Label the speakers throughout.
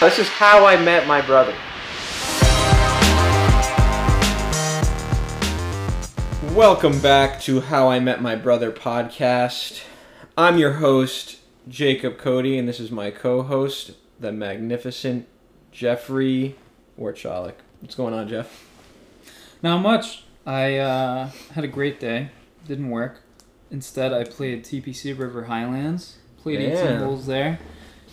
Speaker 1: This is how I met my brother. Welcome back to How I Met My Brother podcast. I'm your host, Jacob Cody, and this is my co host, the magnificent Jeffrey Warchalik. What's going on, Jeff?
Speaker 2: Not much. I uh, had a great day. Didn't work. Instead, I played TPC River Highlands. Played 18
Speaker 1: Yeah.
Speaker 2: holes there.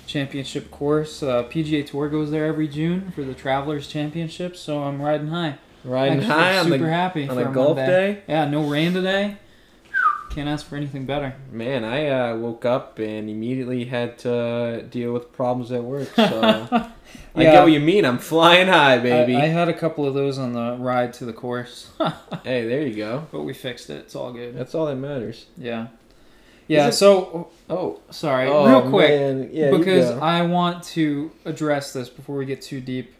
Speaker 2: Championship course. Uh, PGA Tour goes there every June for the Travelers Championship, so I'm riding high.
Speaker 1: Riding
Speaker 2: Actually,
Speaker 1: high on
Speaker 2: super
Speaker 1: the,
Speaker 2: happy
Speaker 1: on
Speaker 2: for
Speaker 1: a golf
Speaker 2: Monday.
Speaker 1: day?
Speaker 2: Yeah, no rain today. Can't ask for anything better.
Speaker 1: Man, I uh, woke up and immediately had to deal with problems at work. So I
Speaker 2: Yeah.
Speaker 1: get what you mean. I'm flying high, baby.
Speaker 2: I, I had a couple of those on the ride to the course, but
Speaker 1: Hey, there you go.
Speaker 2: we fixed it. It's all good.
Speaker 1: That's all that matters.
Speaker 2: Yeah. Yeah,
Speaker 1: it-
Speaker 2: so
Speaker 1: Oh,
Speaker 2: sorry.
Speaker 1: oh,
Speaker 2: Real quick.
Speaker 1: man. Yeah, you
Speaker 2: because
Speaker 1: go.
Speaker 2: I want to address this before we get too deep.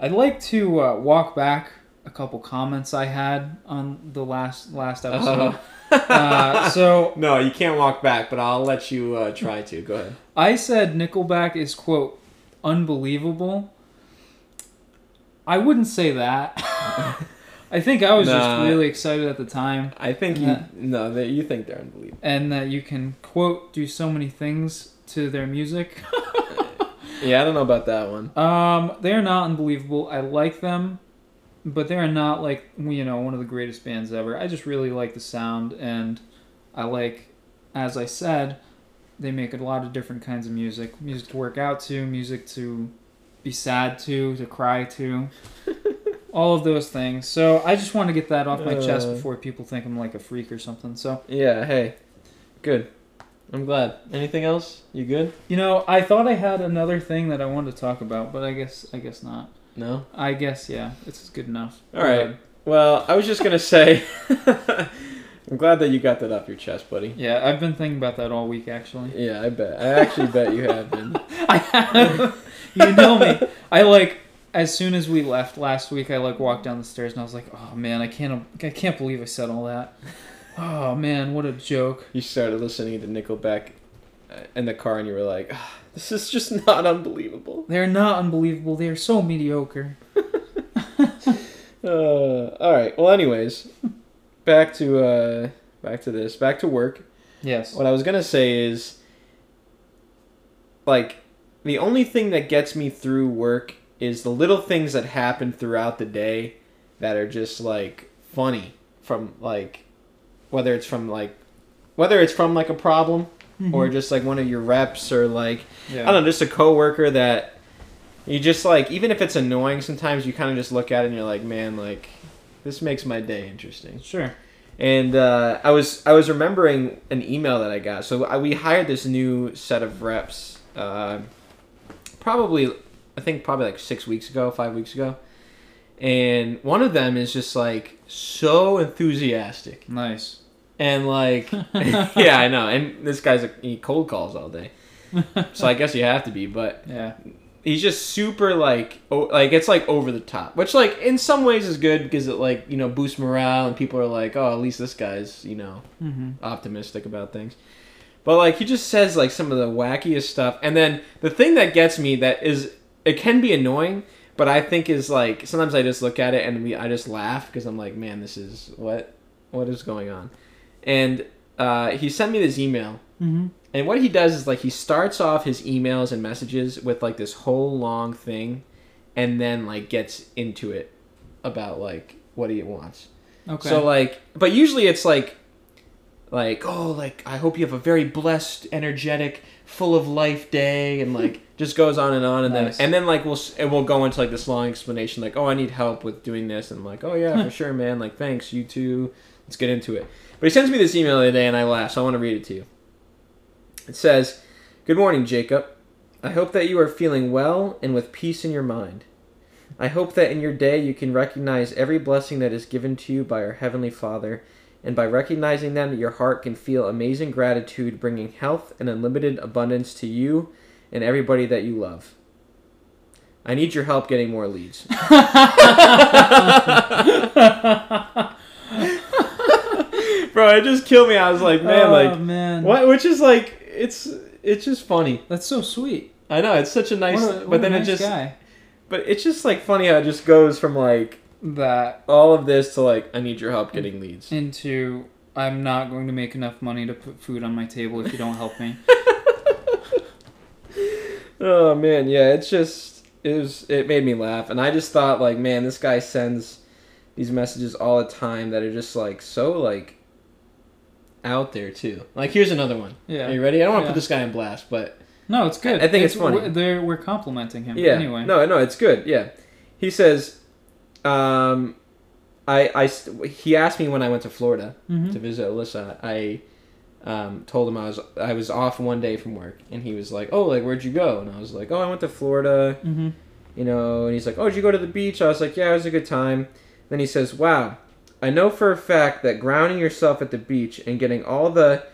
Speaker 2: I'd like to uh, walk back a couple comments I had on the last last episode.
Speaker 1: Uh-huh.
Speaker 2: uh, so
Speaker 1: no, you can't walk back, but I'll let you uh, try to. Go ahead.
Speaker 2: I said Nickelback is quote unbelievable. I wouldn't say that. I think I was
Speaker 1: Nah.
Speaker 2: just really excited at the time,
Speaker 1: I think you
Speaker 2: Yeah.
Speaker 1: no, that you think they're unbelievable.
Speaker 2: and that you can quote do so many things to their music.
Speaker 1: Yeah, I don't know about that one.
Speaker 2: Um, they are not unbelievable. I like them, but they are not like you know one of the greatest bands ever. I just really like the sound, and I like, as I said, they make a lot of different kinds of music. Music to work out to, music to be sad to, to cry to, all of those things. So I just want to get that off my chest
Speaker 1: Uh.
Speaker 2: before people think I'm like a freak or something. So
Speaker 1: Yeah, hey, good. I'm glad. Anything else? You good?
Speaker 2: you know, I thought I had another thing that I wanted to talk about, but I guess I guess not.
Speaker 1: No.
Speaker 2: I guess yeah, it's good enough.
Speaker 1: All right. Well, I was just gonna say, I'm glad that you got that off your chest, buddy.
Speaker 2: Yeah, I've been thinking about that all week actually.
Speaker 1: Yeah, I bet. I actually bet you have been.
Speaker 2: I have. you know me. I like as soon as we left last week, I like walked down the stairs and I was like, "Oh man, I can't I can't believe I said all that." Oh man, what a joke.
Speaker 1: You started listening to Nickelback uh, in the car, and you were like, "Ah, "This is just not unbelievable."
Speaker 2: They're not unbelievable. They are so mediocre.
Speaker 1: Uh, all right. Well, anyways, back to uh, back to this. Back to work.
Speaker 2: Yes.
Speaker 1: What I was gonna say is, like, the only thing that gets me through work is the little things that happen throughout the day that are just like funny from like whether it's from like whether it's from like a problem or just like one of your reps or like I
Speaker 2: yeah.
Speaker 1: don't know, just a coworker that you just like even if it's annoying sometimes you kind of just look at it and you're like, man, like this makes my day interesting.
Speaker 2: Sure.
Speaker 1: And uh, I was I was remembering an email that I got. So I, we hired this new set of reps, uh, probably I think probably like six weeks ago, five weeks ago, and one of them is just like so enthusiastic
Speaker 2: Nice.
Speaker 1: and like yeah I know. And this guy's a, he cold calls all day, so I guess you have to be. But
Speaker 2: Yeah.
Speaker 1: he's just super like o- like it's like over the top which like in some ways is good because it like you know boosts morale and people are like oh at least this guy's you know
Speaker 2: Mm-hmm.
Speaker 1: optimistic about things but like he just says like some of the wackiest stuff and then the thing that gets me that is it can be annoying but i think is like sometimes i just look at it and we i just laugh because i'm like man this is what what is going on and uh, he sent me this email
Speaker 2: Mm-hmm.
Speaker 1: and what he does is like he starts off his emails and messages with like this whole long thing and then like gets into it about like what he wants.
Speaker 2: Okay.
Speaker 1: So like but usually it's like like oh like I hope you have a very blessed, energetic, full of life day and like just goes on and on and
Speaker 2: Nice.
Speaker 1: then and then like we'll s- and we'll go into like this long explanation like oh I need help with doing this and I'm like oh yeah for sure man like thanks you too let's get into it. But he sends me this email the other day and I laugh so I want to read it to you. It says, Good morning, Jacob. I hope that you are feeling well and with peace in your mind. I hope that in your day you can recognize every blessing that is given to you by our Heavenly Father, and by recognizing them, your heart can feel amazing gratitude, bringing health and unlimited abundance to you and everybody that you love. I need your help getting more leads. Bro, it just killed me. I was like, man,
Speaker 2: oh,
Speaker 1: like,
Speaker 2: man.
Speaker 1: what? Which is like, it's it's just funny.
Speaker 2: That's so sweet.
Speaker 1: I know it's such a nice,
Speaker 2: What a- what
Speaker 1: but
Speaker 2: a
Speaker 1: then
Speaker 2: nice
Speaker 1: it just,
Speaker 2: guy.
Speaker 1: but it's just like funny how it just goes from like
Speaker 2: that
Speaker 1: all of this to like I need your help getting leads.
Speaker 2: into I'm not going to make enough money to put food on my table if you don't help me.
Speaker 1: Oh man, yeah, it's just it was it made me laugh, and I just thought like, man, this guy sends these messages all the time that are just like so like out there too. Like here's another one.
Speaker 2: Yeah.
Speaker 1: Are you ready? I don't want to
Speaker 2: Yeah.
Speaker 1: put this guy in blast, but
Speaker 2: No, it's good.
Speaker 1: I- I think it's funny.
Speaker 2: We're, they're- we're complimenting him.
Speaker 1: yeah.
Speaker 2: Anyway.
Speaker 1: No, no, it's good. Yeah, he says, um, I I st- he asked me when I went to Florida
Speaker 2: Mhm.
Speaker 1: to visit Alyssa. I um, told him I was I was off one day from work, and he was like, oh, like where'd you go? And I was like, oh, I went to Florida.
Speaker 2: Mhm.
Speaker 1: you know, and he's like, Oh, did you go to the beach? I was like, Yeah, it was a good time. Then he says, Wow, I know for a fact that grounding yourself at the beach and getting all the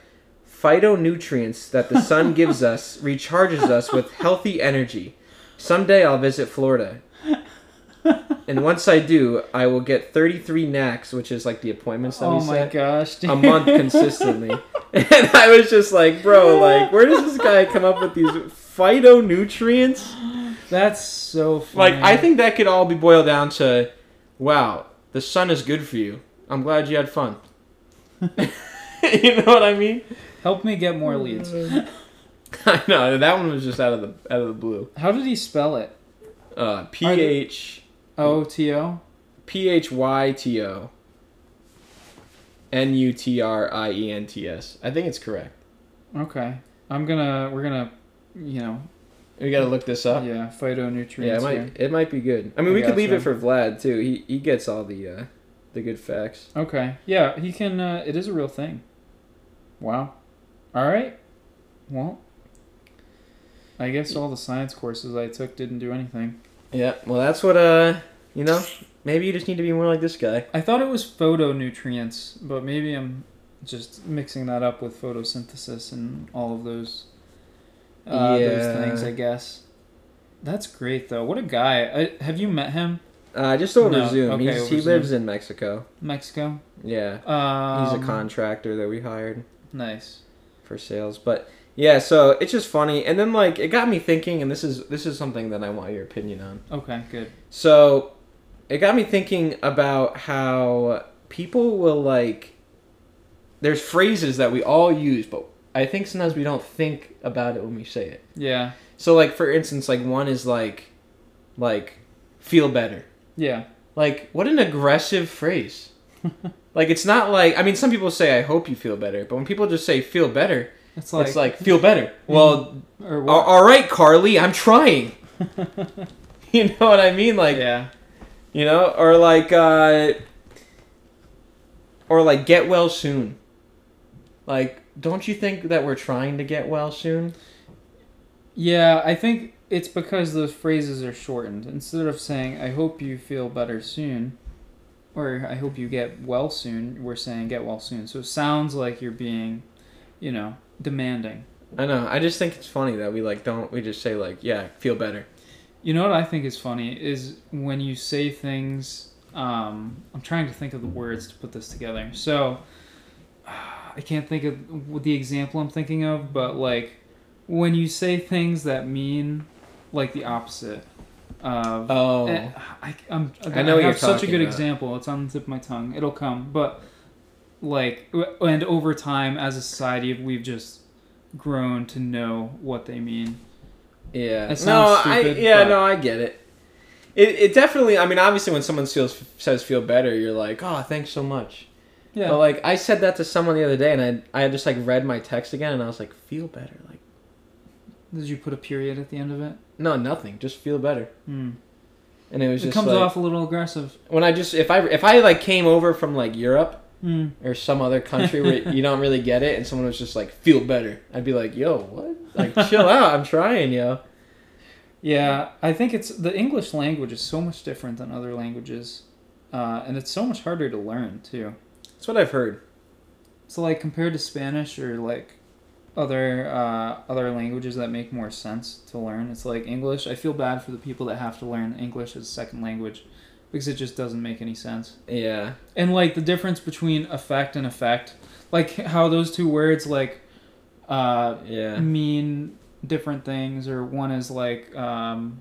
Speaker 1: phytonutrients that the sun gives us recharges us with healthy energy. Someday I'll visit Florida. And once I do, I will get 33 knacks, which is like the appointments that we
Speaker 2: Oh my
Speaker 1: set,
Speaker 2: gosh. Dude.
Speaker 1: a month consistently. And I was just like, bro, like, where does this guy come up with these phytonutrients?
Speaker 2: That's so funny.
Speaker 1: Like I think that could all be boiled down to, wow, the sun is good for you. I'm glad you had fun. you know what I mean?
Speaker 2: help me get more leads.
Speaker 1: I know that one was just out of the out of the blue.
Speaker 2: How did he spell it?
Speaker 1: Uh, P H
Speaker 2: O T O.
Speaker 1: P H Y T O N U T R I E N T S. I think it's correct.
Speaker 2: Okay. I'm gonna. We're gonna. You know.
Speaker 1: We gotta look this up.
Speaker 2: Yeah. Phytonutrients.
Speaker 1: Yeah, it
Speaker 2: here.
Speaker 1: might it might be good. I mean,
Speaker 2: I
Speaker 1: we could
Speaker 2: gotcha.
Speaker 1: leave it for Vlad too. He he gets all the uh, the good facts.
Speaker 2: Okay. Yeah, he can. Uh, it is a real thing. Wow. All right. Well, I guess all the science courses I took didn't do anything.
Speaker 1: Yeah. Well, that's what uh you know. Maybe you just need to be more like this guy.
Speaker 2: I thought it was photonutrients, but maybe I'm just mixing that up with photosynthesis and all of those uh, those
Speaker 1: Yeah.
Speaker 2: things. I guess. That's great though. What a guy! I, have you met him?
Speaker 1: Uh, just over
Speaker 2: No,
Speaker 1: Zoom.
Speaker 2: okay,
Speaker 1: He's,
Speaker 2: over
Speaker 1: he
Speaker 2: Zoom.
Speaker 1: lives in Mexico.
Speaker 2: Mexico.
Speaker 1: Yeah,
Speaker 2: Um,
Speaker 1: he's a contractor that we hired
Speaker 2: Nice.
Speaker 1: for sales. But yeah, so it's just funny. And then like it got me thinking, and this is this is something that I want your opinion on.
Speaker 2: Okay. Good.
Speaker 1: So it got me thinking about how people will like. There's phrases that we all use, but I think sometimes we don't think about it when we say it.
Speaker 2: Yeah.
Speaker 1: So like for instance, like one is like, like, feel better.
Speaker 2: Yeah.
Speaker 1: Like, what an aggressive phrase. like, it's not like, I mean, some people say, I hope you feel better, but when people just say, feel better,
Speaker 2: It's like.
Speaker 1: it's like, feel better. Well,
Speaker 2: or
Speaker 1: a- all right, Carly, I'm trying. you know what I mean? Like,
Speaker 2: yeah.
Speaker 1: you know, or like, uh, or like, get well soon. Like, don't you think that we're trying to get well soon?
Speaker 2: Yeah, I think it's because those phrases are shortened. Instead of saying, I hope you feel better soon, or I hope you get well soon, we're saying get well soon. So it sounds like you're being, you know, demanding.
Speaker 1: I know. I just think it's funny that we like don't. We just say like, yeah, feel better.
Speaker 2: You know what I think is funny is when you say things. Um, I'm trying to think of the words to put this together. So I can't think of what the example I'm thinking of, but like when you say things that mean like the opposite of
Speaker 1: Oh,
Speaker 2: Eh, I, I'm,
Speaker 1: I
Speaker 2: I
Speaker 1: know
Speaker 2: know
Speaker 1: what
Speaker 2: you
Speaker 1: you're
Speaker 2: have such a
Speaker 1: talking
Speaker 2: good
Speaker 1: about.
Speaker 2: example. It's on the tip of my tongue. It'll come, but like, w- and over time as a society, we've just grown to know what they mean.
Speaker 1: Yeah.
Speaker 2: That
Speaker 1: no,
Speaker 2: sounds
Speaker 1: I
Speaker 2: stupid,
Speaker 1: yeah,
Speaker 2: but-
Speaker 1: no, I get it. It it definitely. I mean, obviously, when someone feels says feel better, you're like, oh, thanks so much.
Speaker 2: Yeah,
Speaker 1: But like, I said that to someone the other day, and I I just like read my text again, and I was like, feel better. Like,
Speaker 2: did you put a period at the end of it?
Speaker 1: no, nothing. Just feel better.
Speaker 2: Hmm.
Speaker 1: And it was
Speaker 2: It,
Speaker 1: just
Speaker 2: comes
Speaker 1: like,
Speaker 2: off a little aggressive.
Speaker 1: when I just if I if I like came over from like Europe
Speaker 2: Hmm.
Speaker 1: or some other country where you don't really get it, and someone was just like feel better, I'd be like, yo, what? Like, chill out. I'm trying, yo.
Speaker 2: Yeah, I think it's the English language is so much different than other languages, uh, and it's so much harder to learn too.
Speaker 1: That's what I've heard.
Speaker 2: So like compared to Spanish or like other uh, other languages that make more sense to learn, it's like English. I feel bad for the people that have to learn English as a second language because it just doesn't make any sense.
Speaker 1: Yeah.
Speaker 2: And like the difference between effect and effect, like how those two words like uh,
Speaker 1: Yeah.
Speaker 2: mean different things, or one is like um,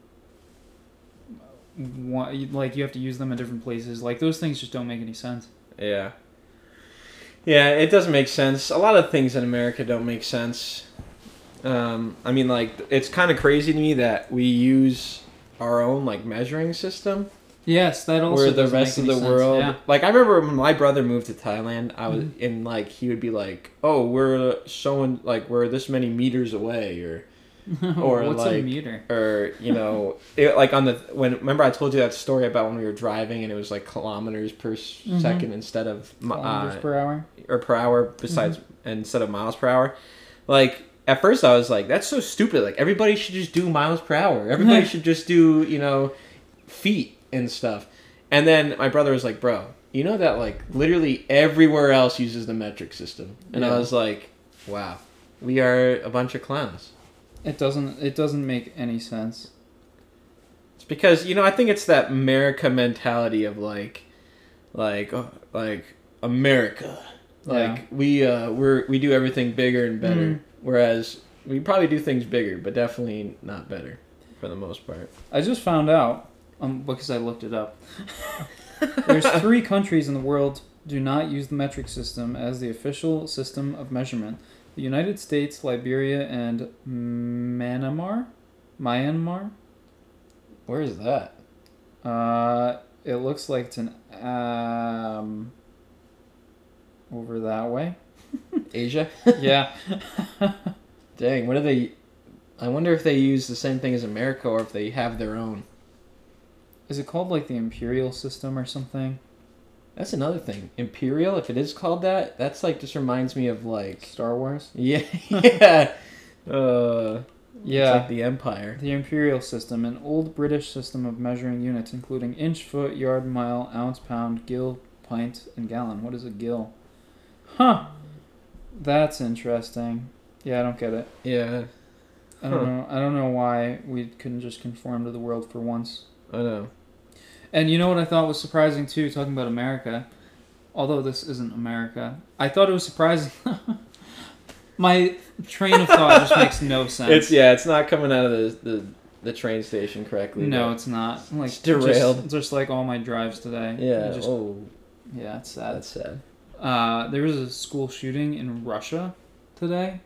Speaker 2: one like you have to use them in different places. Like those things just don't make any sense.
Speaker 1: Yeah. Yeah, it doesn't make sense. A lot of things in America don't make sense. Um, I mean, like, it's kind of crazy to me that we use our own, like, measuring system
Speaker 2: Yes, that also.
Speaker 1: where the
Speaker 2: doesn't
Speaker 1: rest of
Speaker 2: make
Speaker 1: the
Speaker 2: any sense,
Speaker 1: world.
Speaker 2: yeah. Mm-hmm.
Speaker 1: Like, I remember when my brother moved to Thailand, I was in, like, he would be like, oh, we're showing, like, we're this many meters away, or Or,
Speaker 2: what's a
Speaker 1: like-
Speaker 2: meter?
Speaker 1: or you know it, like on the when remember i told you that story about when we were driving and it was like kilometers per s
Speaker 2: Mhm.
Speaker 1: second instead of mi-
Speaker 2: Kilometers
Speaker 1: uh,
Speaker 2: per hour.
Speaker 1: or per hour besides instead of miles per hour like at first i was like that's so stupid like everybody should just do miles per hour everybody should just do you know feet and stuff and then my brother was like bro you know that like literally everywhere else uses the metric system and
Speaker 2: Yeah.
Speaker 1: i was like wow we are a bunch of clowns
Speaker 2: It doesn't. It doesn't make any sense.
Speaker 1: It's because you know I think it's that America mentality of like, like, oh, like America, like
Speaker 2: Yeah.
Speaker 1: we uh we're we do everything bigger and better,
Speaker 2: Mhm.
Speaker 1: whereas we probably do things bigger, but definitely not better for the most part.
Speaker 2: I just found out um, because I looked it up. There's three countries in the world do not use the metric system as the official system of measurement: the United States, Liberia, and Myanmar. Myanmar.
Speaker 1: Where is that?
Speaker 2: Uh, it looks like it's an um, over that way.
Speaker 1: Asia?
Speaker 2: Yeah.
Speaker 1: Dang, what do they? I wonder if they use the same thing as America or if they have their own.
Speaker 2: Is it called like the imperial system or something?
Speaker 1: That's another thing. Imperial, if it is called that, that's like just reminds me of like
Speaker 2: Star Wars.
Speaker 1: yeah yeah. Uh,
Speaker 2: Yeah.
Speaker 1: it's like the empire.
Speaker 2: The imperial system, an old British system of measuring units, including inch, foot, yard, mile, ounce, pound, gill, pint, and gallon. What is a gill? Huh. That's interesting. Yeah, I don't get it.
Speaker 1: Yeah,
Speaker 2: I don't
Speaker 1: Huh.
Speaker 2: know. I don't know why we couldn't just conform to the world for once.
Speaker 1: I know.
Speaker 2: And you know what I thought was surprising too, talking about America, although this isn't America. I thought it was surprising. My train of thought just makes no sense.
Speaker 1: It's yeah, it's not coming out of the the, the train station correctly.
Speaker 2: No, it's not. Like
Speaker 1: It's derailed.
Speaker 2: Just, just like all my drives today.
Speaker 1: but- yeah.
Speaker 2: You just-
Speaker 1: oh,
Speaker 2: yeah, it's sad.
Speaker 1: that's sad.
Speaker 2: Uh, there was a school shooting in Russia today,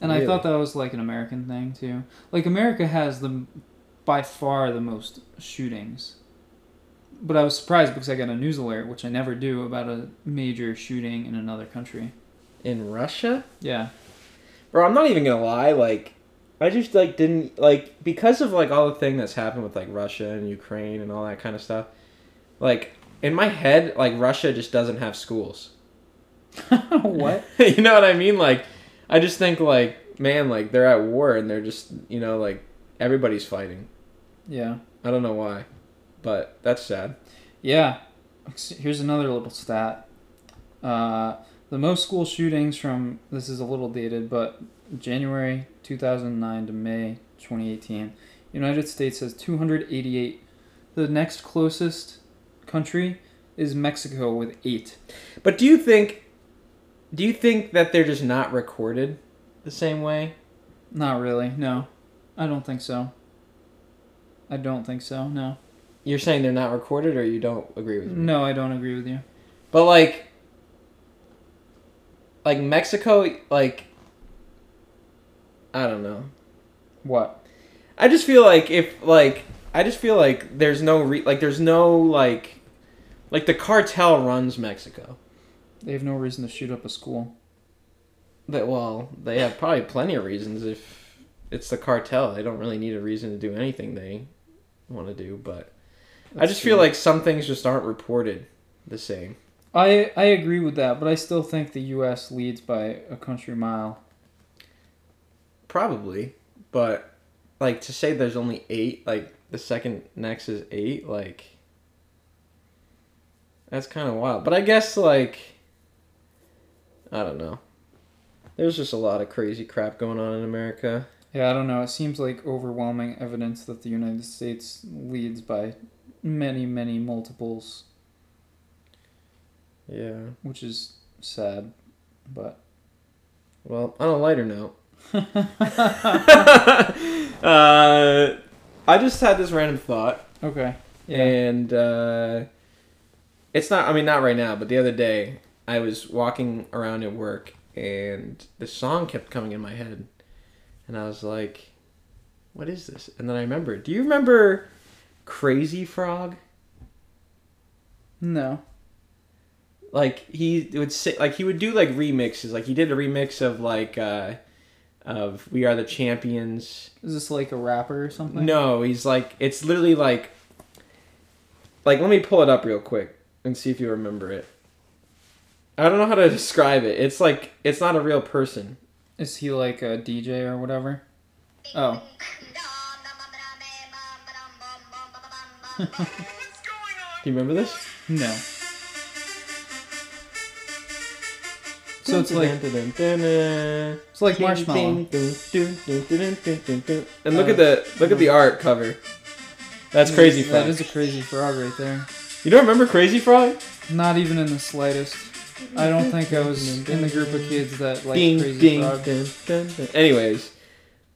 Speaker 2: and I
Speaker 1: Really?
Speaker 2: thought that was like an American thing too. Like America has the by far the most shootings. But I was surprised because I got a news alert, which I never do, about a major shooting in another country.
Speaker 1: In Russia,
Speaker 2: Yeah.
Speaker 1: bro, I'm not even gonna lie. Like, I just like didn't like because of like all the thing that's happened with like Russia and Ukraine and all that kind of stuff. Like in my head, like Russia just doesn't have schools.
Speaker 2: what?
Speaker 1: you know what I mean? Like, I just think like man, like they're at war and they're just you know like everybody's fighting.
Speaker 2: Yeah.
Speaker 1: I don't know why, but that's sad.
Speaker 2: Yeah. Here's another little stat. Uh, the most school shootings from this is a little dated, but January 2009 to May 2018, United States has 288. The next closest country is Mexico with eight.
Speaker 1: But do you think do you think that they're just not recorded the same way?
Speaker 2: Not really. No, I don't think so. I don't think so. No.
Speaker 1: You're saying they're not recorded or you don't agree with me?
Speaker 2: No, I don't agree with you.
Speaker 1: But like like Mexico like I don't know.
Speaker 2: What?
Speaker 1: I just feel like if like I just feel like there's no re- like there's no like like the cartel runs Mexico.
Speaker 2: They have no reason to shoot up a school.
Speaker 1: That well, they have probably plenty of reasons if it's the cartel. They don't really need a reason to do anything they want to do, but I
Speaker 2: That's
Speaker 1: just
Speaker 2: true.
Speaker 1: feel like some things just aren't reported the same.
Speaker 2: I I agree with that, but I still think the U.S. leads by a country mile.
Speaker 1: Probably, but like to say there's only eight, like the second next is eight, like that's kind of wild. But I guess like I don't know. There's just a lot of crazy crap going on in America.
Speaker 2: Yeah, I don't know. It seems like overwhelming evidence that the United States leads by many, many multiples,
Speaker 1: Yeah.
Speaker 2: which is sad. But
Speaker 1: Well, on a lighter note, uh, I just had this random thought,
Speaker 2: okay.
Speaker 1: and uh, it's not. I mean, not right now, but the other day I was walking around at work, and this song kept coming in my head, and I was like, "What is this?" And then I remembered. Do you remember Crazy Frog?
Speaker 2: No.
Speaker 1: like he would say like he would do like remixes like he did a remix of like uh of we are the champions
Speaker 2: Is this like a rapper or something?
Speaker 1: no he's like it's literally like like let me pull it up real quick and see if you remember it i don't know how to describe it it's like it's not a real person
Speaker 2: Is he like a DJ or whatever? Oh.
Speaker 1: do you remember this
Speaker 2: No. So it's like it's like marshmallow. Uh,
Speaker 1: and look at the look at the art cover that's crazy frog
Speaker 2: That is a crazy frog right there.
Speaker 1: you don't remember crazy frog
Speaker 2: Not even in the slightest. I don't think I was in the group of kids that like
Speaker 1: ding,
Speaker 2: crazy
Speaker 1: ding,
Speaker 2: frog.
Speaker 1: dun, dun, dun. Anyways,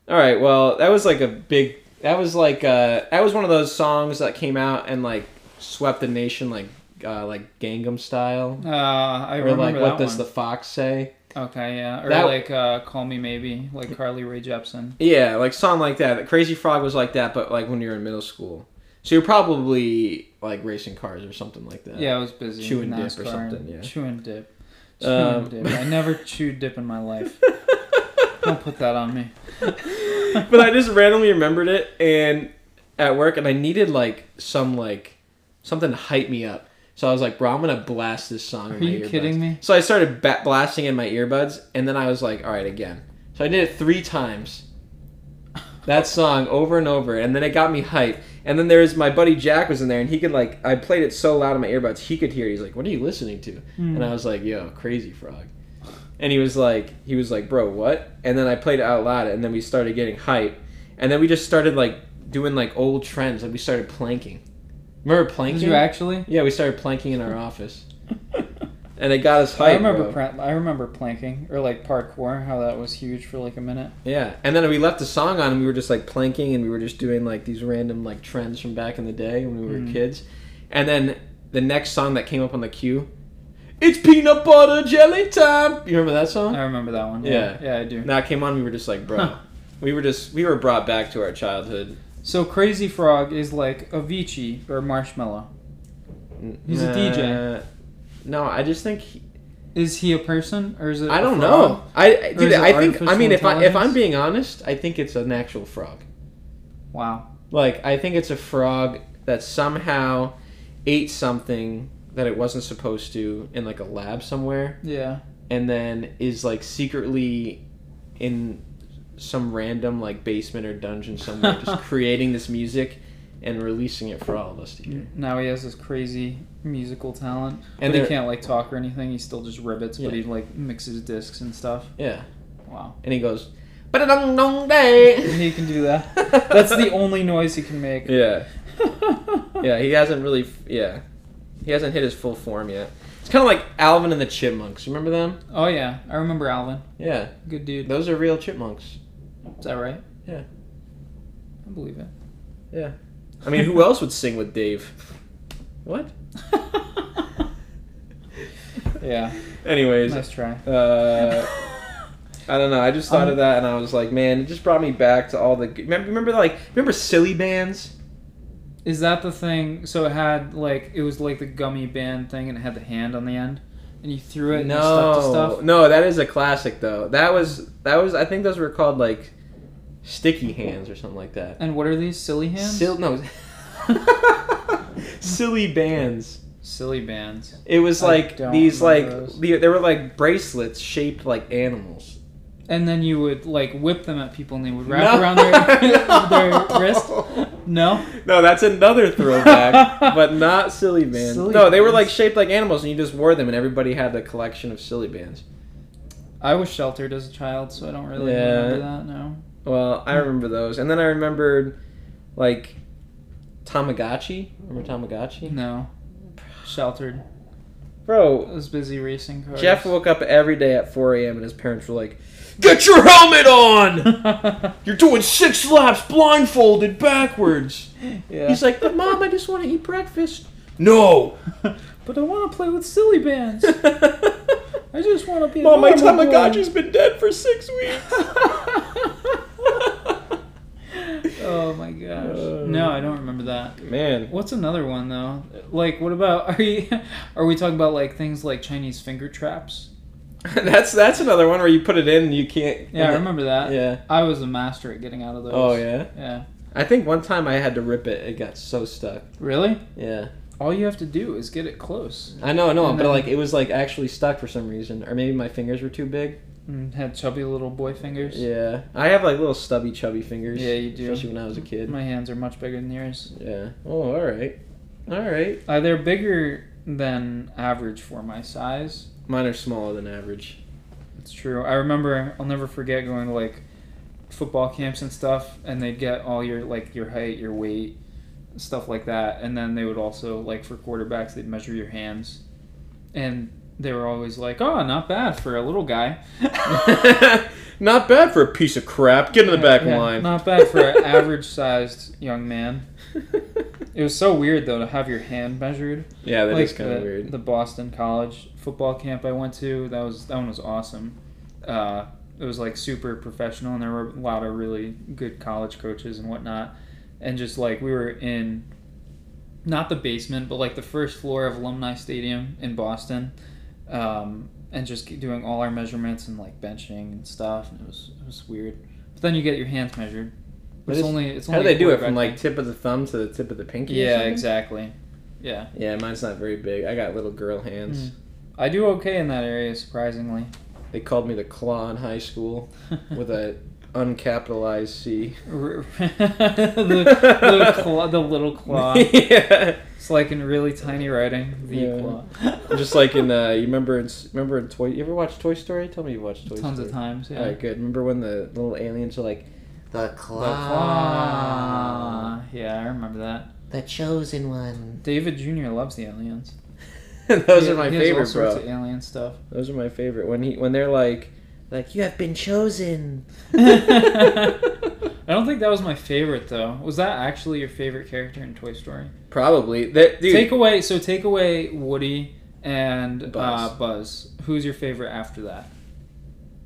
Speaker 1: all right. Well, that was like a big. That was like uh, that was one of those songs that came out and like swept the nation like uh, like Gangnam Style
Speaker 2: Uh, I
Speaker 1: or
Speaker 2: remember
Speaker 1: like
Speaker 2: that
Speaker 1: what does the
Speaker 2: one.
Speaker 1: fox say?
Speaker 2: okay, yeah, or
Speaker 1: That-
Speaker 2: like uh, "Call Me Maybe," like Carly Rae Jepsen.
Speaker 1: Yeah, like song like that. Crazy Frog was like that, but like when you're in middle school, so you're probably like racing cars or something like that.
Speaker 2: Yeah, I was busy.
Speaker 1: Chew and dip or
Speaker 2: NASCAR,
Speaker 1: something, yeah.
Speaker 2: Chew and dip. Chew
Speaker 1: Um,
Speaker 2: and dip. I never chewed dip in my life. don't put that on me.
Speaker 1: but I just randomly remembered it and at work and I needed like some like something to hype me up. So I was like, bro, I'm gonna blast this song.
Speaker 2: Are
Speaker 1: in my
Speaker 2: you
Speaker 1: earbuds.
Speaker 2: kidding me?
Speaker 1: So I started ba- blasting in my earbuds and then I was like, all right, again. So I did it three times. That song over and over, and then it got me hype. And then there's my buddy Jack was in there, and he could like I played it so loud in my earbuds he could hear. it. He's like, "What are you listening to?"
Speaker 2: Hmm.
Speaker 1: And I was like, "Yo, Crazy Frog." And he was like, he was like, "Bro, what?" And then I played it out loud, and then we started getting hype, and then we just started like doing like old trends. Like we started planking. Remember
Speaker 2: Did
Speaker 1: planking?
Speaker 2: you actually?
Speaker 1: yeah, we started planking in our office, and it got us hype.
Speaker 2: I
Speaker 1: bro.
Speaker 2: remember pra- I remember planking or like parkour, how that was huge for like a minute.
Speaker 1: Yeah, and then we left the song on, and we were just like planking, and we were just doing like these random like trends from back in the day when we were
Speaker 2: Mm.
Speaker 1: kids, and then the next song that came up on the queue, it's peanut butter jelly time. You remember that song?
Speaker 2: I remember that one.
Speaker 1: Yeah.
Speaker 2: yeah, I do.
Speaker 1: Now it came on, we were just like, bro,
Speaker 2: Huh.
Speaker 1: we were just we were brought back to our childhood.
Speaker 2: So Crazy Frog is like Avicii or Marshmallow. He's a DJ.
Speaker 1: Uh, No, I just think he-
Speaker 2: Is he a person or is it?
Speaker 1: I
Speaker 2: a
Speaker 1: don't
Speaker 2: frog?
Speaker 1: know. I I-
Speaker 2: Or
Speaker 1: dude,
Speaker 2: is it
Speaker 1: I think I
Speaker 2: artificial
Speaker 1: mean if I if I'm
Speaker 2: intelligence?
Speaker 1: being honest, I think it's an actual frog.
Speaker 2: Wow.
Speaker 1: Like I think it's a frog that somehow ate something that it wasn't supposed to in like a lab somewhere
Speaker 2: Yeah.
Speaker 1: and then is like secretly in some random like basement or dungeon somewhere just creating this music and releasing it for all of us to hear.
Speaker 2: Now he has this crazy musical talent,
Speaker 1: And
Speaker 2: but he
Speaker 1: there-
Speaker 2: can't like talk or anything. He still just ribbits, but
Speaker 1: Yeah.
Speaker 2: he like mixes discs and stuff.
Speaker 1: Yeah.
Speaker 2: Wow.
Speaker 1: And he goes dong dong day.
Speaker 2: he can do that. That's the only noise he can make.
Speaker 1: Yeah. Yeah, he hasn't really yeah. He hasn't hit his full form yet. It's kind of like Alvin and the Chipmunks. Remember them?
Speaker 2: Oh yeah, I remember Alvin.
Speaker 1: Yeah.
Speaker 2: Good dude.
Speaker 1: Those are real chipmunks.
Speaker 2: Is that right?
Speaker 1: Yeah.
Speaker 2: I believe it.
Speaker 1: Yeah. I mean, who else would sing with Dave? What?
Speaker 2: yeah.
Speaker 1: Anyways,
Speaker 2: Nice try.
Speaker 1: uh, I don't know. I just thought
Speaker 2: Um,
Speaker 1: of that, and I was like, man, it just brought me back to all the. Remember, remember like, remember silly bands?
Speaker 2: Is that the thing? So it had like it was like the gummy band thing, and it had the hand on the end, and you threw it and you stuck to
Speaker 1: No,
Speaker 2: stuff.
Speaker 1: no, that is a classic though. That was that was. I think those were called like sticky hands or something like that.
Speaker 2: And what are these silly hands?
Speaker 1: Sil- no. silly bands.
Speaker 2: silly bands.
Speaker 1: It was
Speaker 2: I
Speaker 1: like
Speaker 2: don't
Speaker 1: these like
Speaker 2: remember those.
Speaker 1: the, they were like bracelets shaped like animals.
Speaker 2: And then you would like whip them at people, and they would wrap around their their wrist. No.
Speaker 1: No, that's another throwback, but not silly bands.
Speaker 2: Silly
Speaker 1: no, they were like
Speaker 2: bands.
Speaker 1: shaped like animals, and you just wore them, and everybody had a collection of silly bands.
Speaker 2: I was sheltered as a child, so I don't really
Speaker 1: Yeah.
Speaker 2: remember that. No.
Speaker 1: Well, I remember those, and then I remembered like Tamagotchi. Remember Tamagotchi?
Speaker 2: No. Sheltered.
Speaker 1: Bro,
Speaker 2: I was busy racing cars.
Speaker 1: Jeff woke up every day at 4 a.m. and his parents were like, Get your helmet on!
Speaker 2: yeah.
Speaker 1: You're doing six laps blindfolded backwards. He's like, But mom, I just want to eat breakfast. No!
Speaker 2: but I want to play with silly bands. I just want to be. a
Speaker 1: mom, my
Speaker 2: normal boy."
Speaker 1: Tamagotchi's been dead for six weeks.
Speaker 2: Oh my gosh.
Speaker 1: Uh.
Speaker 2: No, I don't remember that.
Speaker 1: Man.
Speaker 2: What's another one though? Like, what about are you? Are we talking about like things like Chinese finger traps?
Speaker 1: That's that's another one where you put it in and you can't.
Speaker 2: Yeah, I remember that.
Speaker 1: Yeah.
Speaker 2: I was a master at getting out of those.
Speaker 1: Oh, yeah?
Speaker 2: Yeah.
Speaker 1: I think one time I had to rip it. It got so stuck.
Speaker 2: Really?
Speaker 1: Yeah.
Speaker 2: All you have to do is get it close.
Speaker 1: I know, I know,
Speaker 2: And
Speaker 1: but
Speaker 2: then-
Speaker 1: like it was like actually stuck for some reason. Or maybe my fingers were too big.
Speaker 2: And had chubby little boy fingers.
Speaker 1: Yeah. I have like little stubby, chubby fingers.
Speaker 2: Yeah, you do. Mm-hmm.
Speaker 1: Especially when I was a kid.
Speaker 2: My hands are much bigger than yours.
Speaker 1: Yeah. Oh, all right. All right.
Speaker 2: Uh, they're bigger than average for my size.
Speaker 1: Mine are smaller than average.
Speaker 2: It's true. I remember. I'll never forget going to like football camps and stuff, and they'd get all your like your height, your weight, stuff like that, and then they would also like for quarterbacks they'd measure your hands, and they were always like, "Oh, not bad for a little guy."
Speaker 1: Not bad for a piece of crap. Get in the back
Speaker 2: Yeah,
Speaker 1: line.
Speaker 2: Not bad for an average-sized young man. It was so weird though to have your hand measured.
Speaker 1: yeah, that is
Speaker 2: like
Speaker 1: kind
Speaker 2: the,
Speaker 1: of weird.
Speaker 2: The Boston College football camp I went to, that was that one was awesome. Uh, it was like super professional, and there were a lot of really good college coaches and whatnot. And just like we were in, not the basement, but like the first floor of Alumni Stadium in Boston, um, and just doing all our measurements and like benching and stuff. And it was it was weird. But then you get your hands measured.
Speaker 1: But
Speaker 2: It's
Speaker 1: it's-
Speaker 2: only it's
Speaker 1: How
Speaker 2: only
Speaker 1: do they do it from
Speaker 2: quarterback
Speaker 1: like
Speaker 2: thing.
Speaker 1: tip of the thumb to the tip of the pinky? or
Speaker 2: yeah
Speaker 1: something?
Speaker 2: exactly yeah.
Speaker 1: Yeah, mine's not very big. I got little girl hands.
Speaker 2: Mm. I do okay in that area, surprisingly.
Speaker 1: They called me the claw in high school with a uncapitalized C.
Speaker 2: R- the, the, claw, the little
Speaker 1: uh,
Speaker 2: claw.
Speaker 1: yeah.
Speaker 2: It's like in really tiny writing. The
Speaker 1: Yeah.
Speaker 2: claw.
Speaker 1: Just like in uh, you remember in s- remember in Toy. You ever watch Toy Story? Tell me you watched Toy
Speaker 2: tons
Speaker 1: Story.
Speaker 2: of times. Yeah.
Speaker 1: All right, good. Remember when the little aliens are like, the claw,
Speaker 2: The claw. Yeah, I remember that.
Speaker 3: The chosen one.
Speaker 2: David Jr. loves the aliens.
Speaker 1: Those
Speaker 2: He-
Speaker 1: are my
Speaker 2: he has
Speaker 1: favorite,
Speaker 2: all sorts
Speaker 1: bro.
Speaker 2: of alien stuff.
Speaker 1: Those are my favorite. When he when they're like,
Speaker 3: Like, you have been chosen.
Speaker 2: I don't think that was my favorite though. Was that actually your favorite character in Toy Story?
Speaker 1: probably that dude.
Speaker 2: Take away, so take away Woody and Buzz.
Speaker 1: Buzz.
Speaker 2: Uh, Buzz. Who's your favorite after that?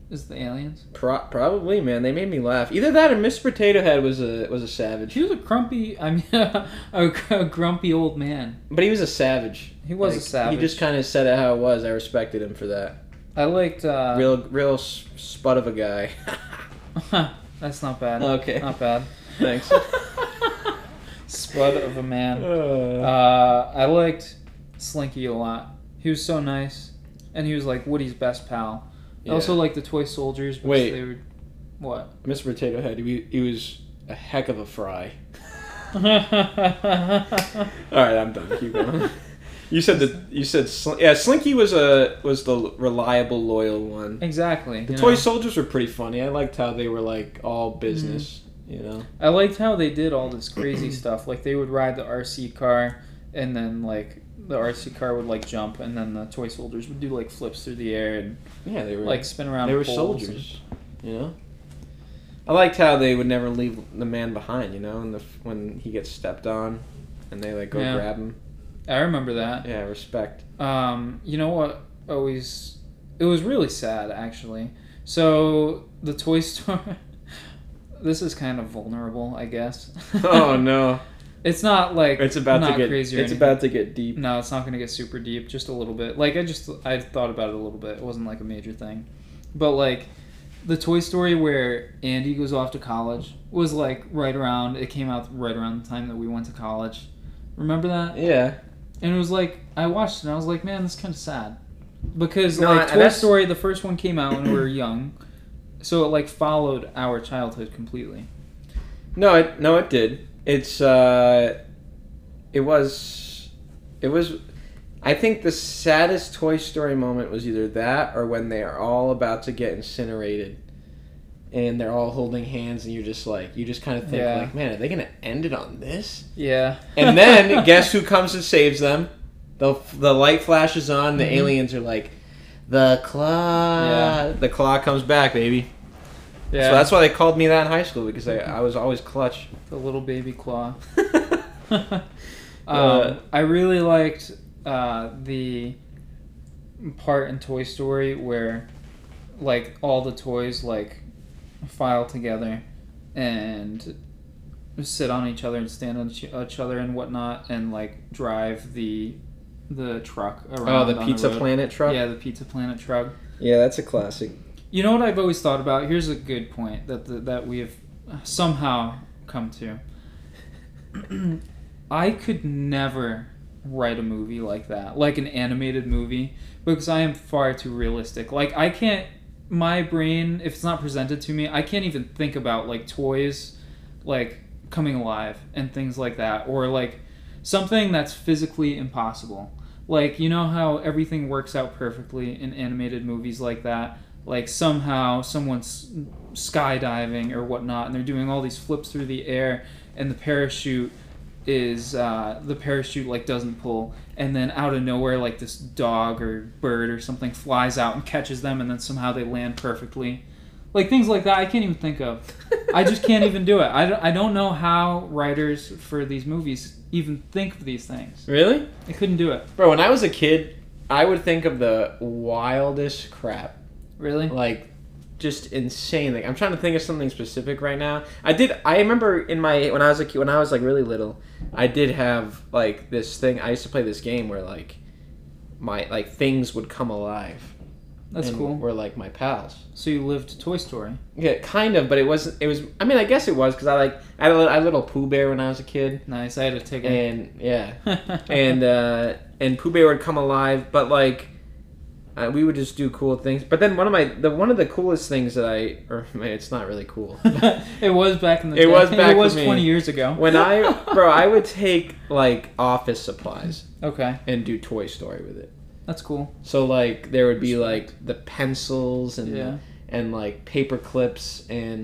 Speaker 2: Is it the aliens?
Speaker 1: pro- probably man, they made me laugh. Either that or Miss Potato Head was a was a savage,
Speaker 2: He was a grumpy. I mean, a, gr- a grumpy old man.
Speaker 1: but he was a savage.
Speaker 2: He was a
Speaker 1: Like,
Speaker 2: savage.
Speaker 1: He just kind of said it how it was. I respected him for that.
Speaker 2: I liked. Uh,
Speaker 1: Real real s- spud of a guy.
Speaker 2: that's not bad.
Speaker 1: Okay.
Speaker 2: Not bad.
Speaker 1: Thanks.
Speaker 2: Spud of a man.
Speaker 1: Uh,
Speaker 2: Uh, I liked Slinky a lot. He was so nice, and he was like Woody's best pal. I also
Speaker 1: yeah.
Speaker 2: liked the toy soldiers. because
Speaker 1: Wait.
Speaker 2: They were, what?
Speaker 1: Mr. Potato Head. He, he was a heck of a fry. All right, I'm done. Keep going. You said that you said Sl- yeah. Slinky was a was the reliable, loyal one.
Speaker 2: exactly.
Speaker 1: The
Speaker 2: you
Speaker 1: toy
Speaker 2: know.
Speaker 1: soldiers were pretty funny. I liked how they were like all business.
Speaker 2: Mm.
Speaker 1: You know,
Speaker 2: I liked how they did all this crazy stuff. Like they would ride the RC car, and then like the RC car would like jump, and then the toy soldiers would do like flips through the air and
Speaker 1: yeah, they were
Speaker 2: like spin around.
Speaker 1: they were
Speaker 2: poles and-
Speaker 1: soldiers. You know, I liked how they would never leave the man behind. You know, and the when he gets stepped on, and they like go
Speaker 2: Yeah.
Speaker 1: grab him.
Speaker 2: I remember that.
Speaker 1: Yeah, respect.
Speaker 2: Um, you know what? Always, it was really sad actually. So the toy store. this is kind of vulnerable, I guess.
Speaker 1: oh no,
Speaker 2: It's not like
Speaker 1: it's about
Speaker 2: not
Speaker 1: to get it's
Speaker 2: crazy or anything.
Speaker 1: about to get deep.
Speaker 2: No, it's not going to get super deep. Just a little bit. Like I just I thought about it a little bit. It wasn't like a major thing, but like the Toy Story where Andy goes off to college was like right around. It came out right around the time that we went to college. Remember that?
Speaker 1: Yeah,
Speaker 2: And it was like I watched it. and I was like, man, this is kind of sad because
Speaker 1: No,
Speaker 2: like
Speaker 1: I-
Speaker 2: Toy
Speaker 1: that's-
Speaker 2: Story, the first one came out when we were young, so it like followed our childhood completely.
Speaker 1: no, it no, it did. It's uh, it was, it was. I think the saddest Toy Story moment was either that or when they are all about to get incinerated, and they're all holding hands, and you're just like, you just kind of think
Speaker 2: Yeah.
Speaker 1: like, man, are they gonna end it on this?
Speaker 2: Yeah.
Speaker 1: And then guess who comes and saves them? The the light flashes on. The aliens are like
Speaker 3: The claw.
Speaker 2: Mm-hmm. Yeah.
Speaker 1: the claw comes back, baby.
Speaker 2: Yeah,
Speaker 1: So that's why they called me that in high school because I, I was always clutch.
Speaker 2: the little baby claw.
Speaker 1: Oh,
Speaker 2: um,
Speaker 1: Uh,
Speaker 2: I really liked uh, the part in Toy Story where, like, all the toys like file together and sit on each other and stand on each- each other and whatnot, and like drive the the truck
Speaker 1: Oh,
Speaker 2: around.
Speaker 1: the
Speaker 2: on
Speaker 1: Pizza
Speaker 2: road.
Speaker 1: Planet truck.
Speaker 2: Yeah, the Pizza Planet truck.
Speaker 1: yeah, that's a classic.
Speaker 2: You know what I've always thought about? Here's a good point that that, that we have somehow come to. I could never write a movie like that, like an animated movie, because I am far too realistic. Like I can't my brain if it's not presented to me, I can't even think about like toys like coming alive and things like that or like something that's physically impossible. Like you know how everything works out perfectly in animated movies like that? Like somehow someone's skydiving or whatnot and they're doing all these flips through the air and the parachute is uh, the parachute like doesn't pull and then out of nowhere like this dog or bird or something flies out and catches them and then somehow they land perfectly like things like that i can't even think of i just can't even do it I don't, I don't know how writers for these movies even think of these things
Speaker 1: Really,
Speaker 2: i couldn't do it
Speaker 1: bro? When I was a kid, I would think of the wildest crap.
Speaker 2: really
Speaker 1: like just insane. Like I'm trying to think of something specific right now. I did. I remember in my when I was a kid, when I was like really little, I did have like this thing. I used to play this game where like my like things would come alive.
Speaker 2: that's
Speaker 1: and
Speaker 2: cool
Speaker 1: Were like my pals.
Speaker 2: so you lived toy story
Speaker 1: Yeah, kind of, but it wasn't. It was. I mean, I guess it was because I like I had, a little, I had a little Pooh Bear when I was a kid,
Speaker 2: nice i had a ticket
Speaker 1: and yeah, and uh, and Pooh Bear would come alive, but like uh, we would just do cool things. But then one of my the one of the coolest things that I or man, it's not really cool.
Speaker 2: it was back in the
Speaker 1: It
Speaker 2: day.
Speaker 1: was back
Speaker 2: it
Speaker 1: for
Speaker 2: was
Speaker 1: me.
Speaker 2: 20 years ago
Speaker 1: when I bro, I would take like office supplies
Speaker 2: okay
Speaker 1: and do Toy Story with it.
Speaker 2: that's cool
Speaker 1: So like there would be like the pencils and
Speaker 2: Yeah.
Speaker 1: and like paper clips and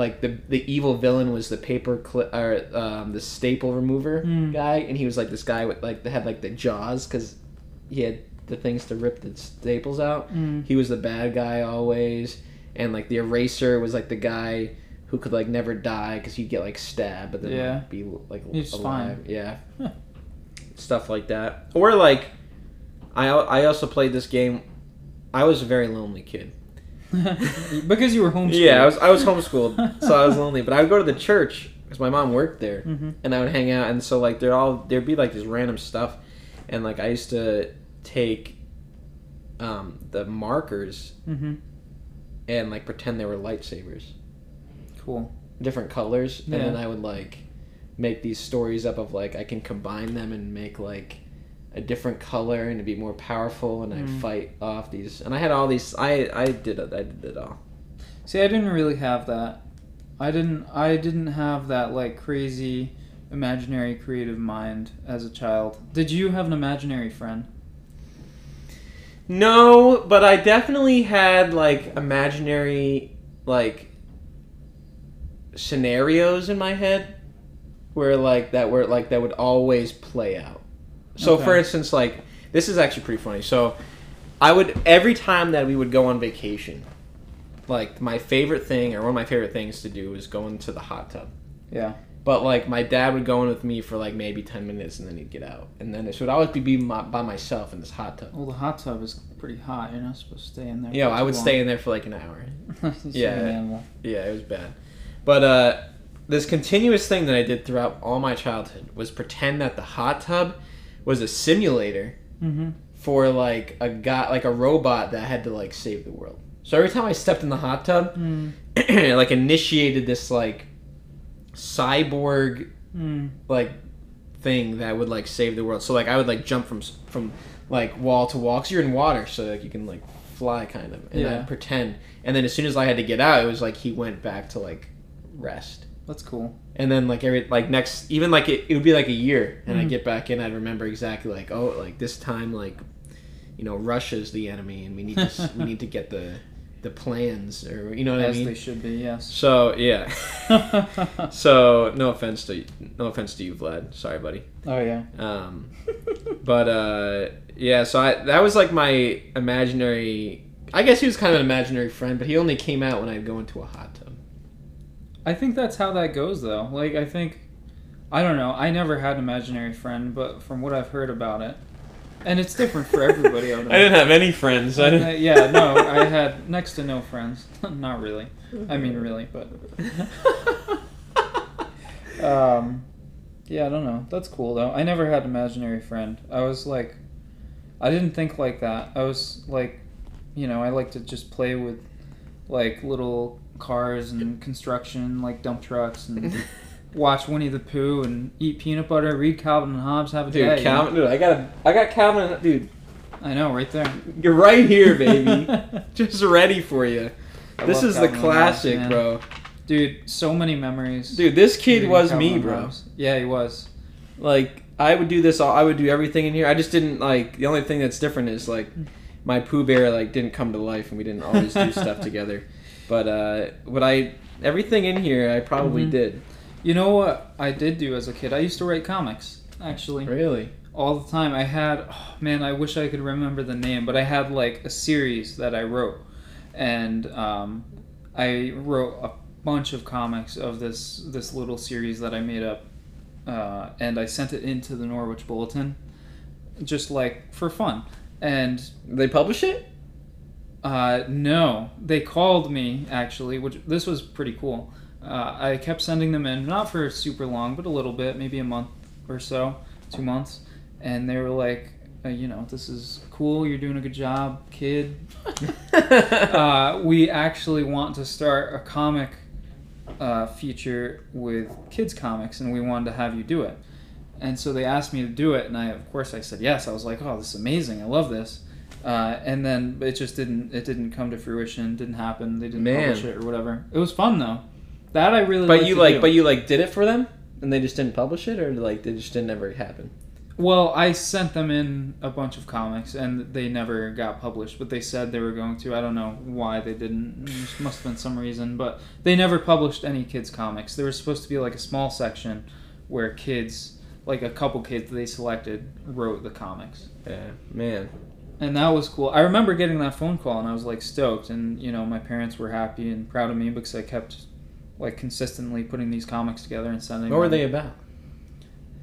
Speaker 1: like the the evil villain was the paper clip or um, the staple remover
Speaker 2: Hmm.
Speaker 1: guy and he was like this guy with like they had like the jaws because he had the things to rip the staples out.
Speaker 2: Mm.
Speaker 1: he was the bad guy always and like the eraser was like the guy who could like never die because he'd get like stabbed but then
Speaker 2: Yeah.
Speaker 1: like, be like
Speaker 2: He's
Speaker 1: alive yeah
Speaker 2: Huh.
Speaker 1: stuff like that or like I, I also played this game i was a very lonely kid
Speaker 2: because you were homeschooled.
Speaker 1: yeah i was i was homeschooled so i was lonely but i would go to the church because my mom worked there
Speaker 2: Mhm.
Speaker 1: and I would hang out, and so like there'd all there'd be like this random stuff, and like I used to take um, the markers
Speaker 2: Mhm.
Speaker 1: and like pretend they were lightsabers,
Speaker 2: Cool.
Speaker 1: different colors,
Speaker 2: Yeah.
Speaker 1: and then I would like make these stories up of like I can combine them and make like a different color and to be more powerful, and
Speaker 2: Mm.
Speaker 1: I'd fight off these, and I had all these. I I did it. I did it all.
Speaker 2: See, I didn't really have that. I didn't. I didn't have that like crazy, imaginary creative mind as a child. Did you have an imaginary friend?
Speaker 1: No, but I definitely had like imaginary like scenarios in my head where like that were like that would always play out. So for
Speaker 2: Okay.
Speaker 1: instance, like this is actually pretty funny. So I would every time that we would go on vacation, like my favorite thing or one of my favorite things to do was go into the hot tub.
Speaker 2: Yeah.
Speaker 1: But like my dad would go in with me for like maybe ten minutes and then he'd get out, and then it would always be be my, by myself in this hot tub.
Speaker 2: Well, the hot tub is pretty hot. You're not supposed to stay in there.
Speaker 1: Yeah,
Speaker 2: for
Speaker 1: I
Speaker 2: too
Speaker 1: would
Speaker 2: long.
Speaker 1: stay in there for like an hour.
Speaker 2: You're such
Speaker 1: Yeah.
Speaker 2: an animal.
Speaker 1: Yeah, it was bad. But uh, this continuous thing that I did throughout all my childhood was pretend that the hot tub was a simulator
Speaker 2: Mm-hmm.
Speaker 1: for like a guy, like a robot that had to like save the world. So every time I stepped in the hot tub,
Speaker 2: Mm.
Speaker 1: it, like initiated this like cyborg
Speaker 2: Mm.
Speaker 1: like thing that would like save the world. So like I would like jump from s- from like wall to wall because you're in water, so like you can like fly kind of, and
Speaker 2: Yeah.
Speaker 1: I'd pretend. And then as soon as I had to get out, it was like he went back to like rest.
Speaker 2: That's cool.
Speaker 1: And then like every like next even like it, it would be like a year, and I
Speaker 2: Mhm.
Speaker 1: get back in, I'd remember exactly like oh like this time like you know Russia's the enemy, and we need to s- we need to get the the plans or you know what
Speaker 2: as
Speaker 1: I mean.
Speaker 2: they should be. Yes.
Speaker 1: so yeah,
Speaker 2: oh
Speaker 1: so no offense to no offense to you, Vlad. Sorry, buddy.
Speaker 2: yeah.
Speaker 1: Um, but uh, yeah, so I, that was like my imaginary. I guess he was kind of an imaginary friend, but he only came out when I'd go into a hot tub.
Speaker 2: I think that's how that goes, though. Like, I think, I don't know. I never had an imaginary friend, but from what I've heard about it, and it's different for everybody. I would imagine.
Speaker 1: have any friends.
Speaker 2: Uh, yeah, no, I had next to no friends. Not really. I mean, really, but um, yeah, I don't know. That's cool though. I never had an imaginary friend. I was like, I didn't think like that. I was like, you know, I like to just play with like little cars and construction, like dump trucks, and watch Winnie the Pooh and eat peanut butter, read Calvin and Hobbes, have a
Speaker 1: dude,
Speaker 2: day. you
Speaker 1: Calvin, dude, I got I got Calvin. and- Dude,
Speaker 2: know? I know, right there,
Speaker 1: you're right here, baby. Just ready for you. This is the classic,
Speaker 2: bro.
Speaker 1: bro.
Speaker 2: Dude, so many memories.
Speaker 1: Dude, this kid
Speaker 2: Reading
Speaker 1: was
Speaker 2: Calvin
Speaker 1: me,
Speaker 2: and
Speaker 1: bro.
Speaker 2: Hobbes. Yeah, he was.
Speaker 1: Like I would do this all I would do everything in here. I just didn't like the only thing that's different is like my Pooh Bear like didn't come to life and we didn't always do stuff together. But uh what I everything in here I probably
Speaker 2: Mhm.
Speaker 1: did.
Speaker 2: You know what I did do as a kid? I used to write comics, actually,
Speaker 1: Really?
Speaker 2: all the time. I had, oh, man, I wish I could remember the name, but I had like a series that I wrote, and um, I wrote a bunch of comics of this this little series that I made up, uh, and I sent it into the Norwich Bulletin, just like for fun, and
Speaker 1: They publish it?
Speaker 2: Uh, no, they called me actually, which this was pretty cool. Uh, I kept sending them in, not for super long, but a little bit, maybe a month or so, two months, and they were like, uh, you know, this is cool. You're doing a good job, kid. uh, we actually want to start a comic uh, feature with kids comics, and we wanted to have you do it. And so they asked me to do it, and I, of course, I said yes. I was like, "Oh, this is amazing! I love this." Uh, and then it just didn't. It didn't come to fruition. Didn't happen. They didn't
Speaker 1: Man.
Speaker 2: publish it or whatever. It was fun though. That I really.
Speaker 1: But you
Speaker 2: to
Speaker 1: like
Speaker 2: do.
Speaker 1: but you like did it for them? And they just didn't publish it, or like they just didn't ever happen.
Speaker 2: Well, I sent them in a bunch of comics, and they never got published. But they said they were going to. I don't know why they didn't. There must have been some reason, but they never published any kids comics. There was supposed to be like a small section where kids, like a couple kids they selected, wrote the comics.
Speaker 1: Yeah, man.
Speaker 2: and that was cool. I remember getting that phone call, and I was like stoked, and you know my parents were happy and proud of me because I kept like consistently putting these comics together and sending.
Speaker 1: What were
Speaker 2: them.
Speaker 1: they about?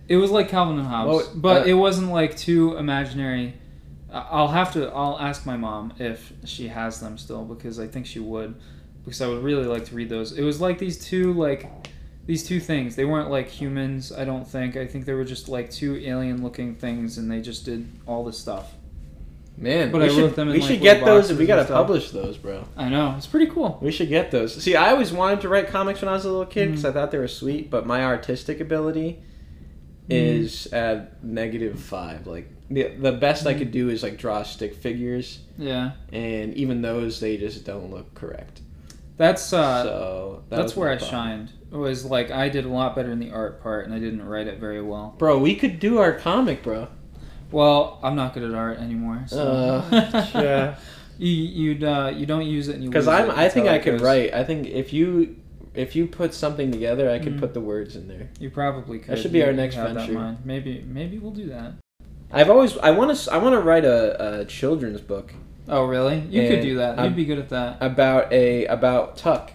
Speaker 2: It was like Calvin and Hobbes,
Speaker 1: What-
Speaker 2: but
Speaker 1: uh,
Speaker 2: it wasn't like too imaginary. I- I'll have to. I'll ask my mom if she has them still because I think she would, because I would really like to read those. It was like these two like these two things. They weren't like humans. I don't think. I think they were just like two alien looking things, and they just did all this stuff.
Speaker 1: Man,
Speaker 2: But
Speaker 1: we
Speaker 2: I
Speaker 1: should,
Speaker 2: wrote them in,
Speaker 1: we
Speaker 2: like,
Speaker 1: should
Speaker 2: little
Speaker 1: get those.
Speaker 2: boxes
Speaker 1: We
Speaker 2: and
Speaker 1: gotta
Speaker 2: stuff.
Speaker 1: publish those, bro.
Speaker 2: I know it's pretty cool.
Speaker 1: We should get those. See, I always wanted to write comics when I was a little
Speaker 2: Mm.
Speaker 1: kid because I thought they were sweet, but my artistic ability
Speaker 2: Mm.
Speaker 1: is at negative five. Like the the best
Speaker 2: Mm.
Speaker 1: I could do is like draw stick figures,
Speaker 2: Yeah.
Speaker 1: and even those they just don't look correct.
Speaker 2: That's uh,
Speaker 1: so that
Speaker 2: that's
Speaker 1: was my
Speaker 2: where I
Speaker 1: problem.
Speaker 2: shined. was like I did a lot better in the art part, and I didn't write it very well.
Speaker 1: Bro, we could do our comic, bro.
Speaker 2: Well, I'm not good at art anymore. So.
Speaker 1: Uh, yeah.
Speaker 2: You you'd uh, you don't use it and you
Speaker 1: Because
Speaker 2: lose
Speaker 1: I'm,
Speaker 2: it.
Speaker 1: I
Speaker 2: That's
Speaker 1: think
Speaker 2: how
Speaker 1: I
Speaker 2: it
Speaker 1: could
Speaker 2: goes.
Speaker 1: write. I think if you, if you put something together, I could
Speaker 2: Mhm.
Speaker 1: put the words in there.
Speaker 2: You probably could.
Speaker 1: should be
Speaker 2: You-
Speaker 1: our
Speaker 2: you
Speaker 1: next
Speaker 2: have that
Speaker 1: venture.
Speaker 2: mind. Maybe maybe we'll do that.
Speaker 1: I've always, I want to, I want to write a, a children's book
Speaker 2: Oh really? You
Speaker 1: And
Speaker 2: could do that.
Speaker 1: I'm-
Speaker 2: You'd be good at that.
Speaker 1: about a about Tuck,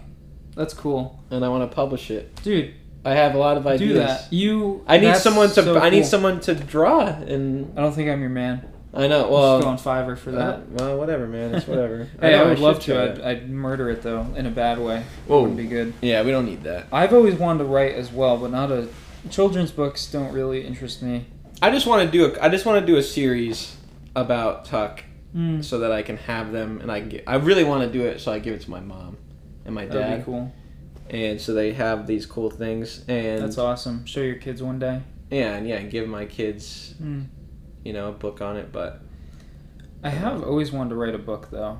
Speaker 2: That's cool,
Speaker 1: and I want to publish it.
Speaker 2: dude.
Speaker 1: I have a lot of ideas.
Speaker 2: Do that. You.
Speaker 1: I need
Speaker 2: that's
Speaker 1: someone to.
Speaker 2: so
Speaker 1: I need
Speaker 2: cool.
Speaker 1: someone to draw, and
Speaker 2: I don't think I'm your man.
Speaker 1: I know.
Speaker 2: Well,
Speaker 1: Well,
Speaker 2: on Fiverr for
Speaker 1: uh,
Speaker 2: that.
Speaker 1: well, whatever, man. It's whatever.
Speaker 2: Hey,
Speaker 1: know
Speaker 2: I would
Speaker 1: should
Speaker 2: love
Speaker 1: try
Speaker 2: to. I'd,
Speaker 1: that.
Speaker 2: I'd murder it though in a bad way.
Speaker 1: Whoa.
Speaker 2: Wouldn't be good.
Speaker 1: Yeah, we don't need that.
Speaker 2: I've always wanted to write as well, but not a children's books don't really interest me.
Speaker 1: I just want to do. A, I just want to do a series about Tuck, so that I can have them, and I can get, I really want to do it, so I give it to my mom and my
Speaker 2: That'd be
Speaker 1: dad,
Speaker 2: cool.
Speaker 1: and so they have these cool things, and
Speaker 2: That's awesome. Show your kids one day.
Speaker 1: yeah, and yeah, give my kids,
Speaker 2: Hmm.
Speaker 1: you know, a book on it, but.
Speaker 2: I have always wanted to write a book though.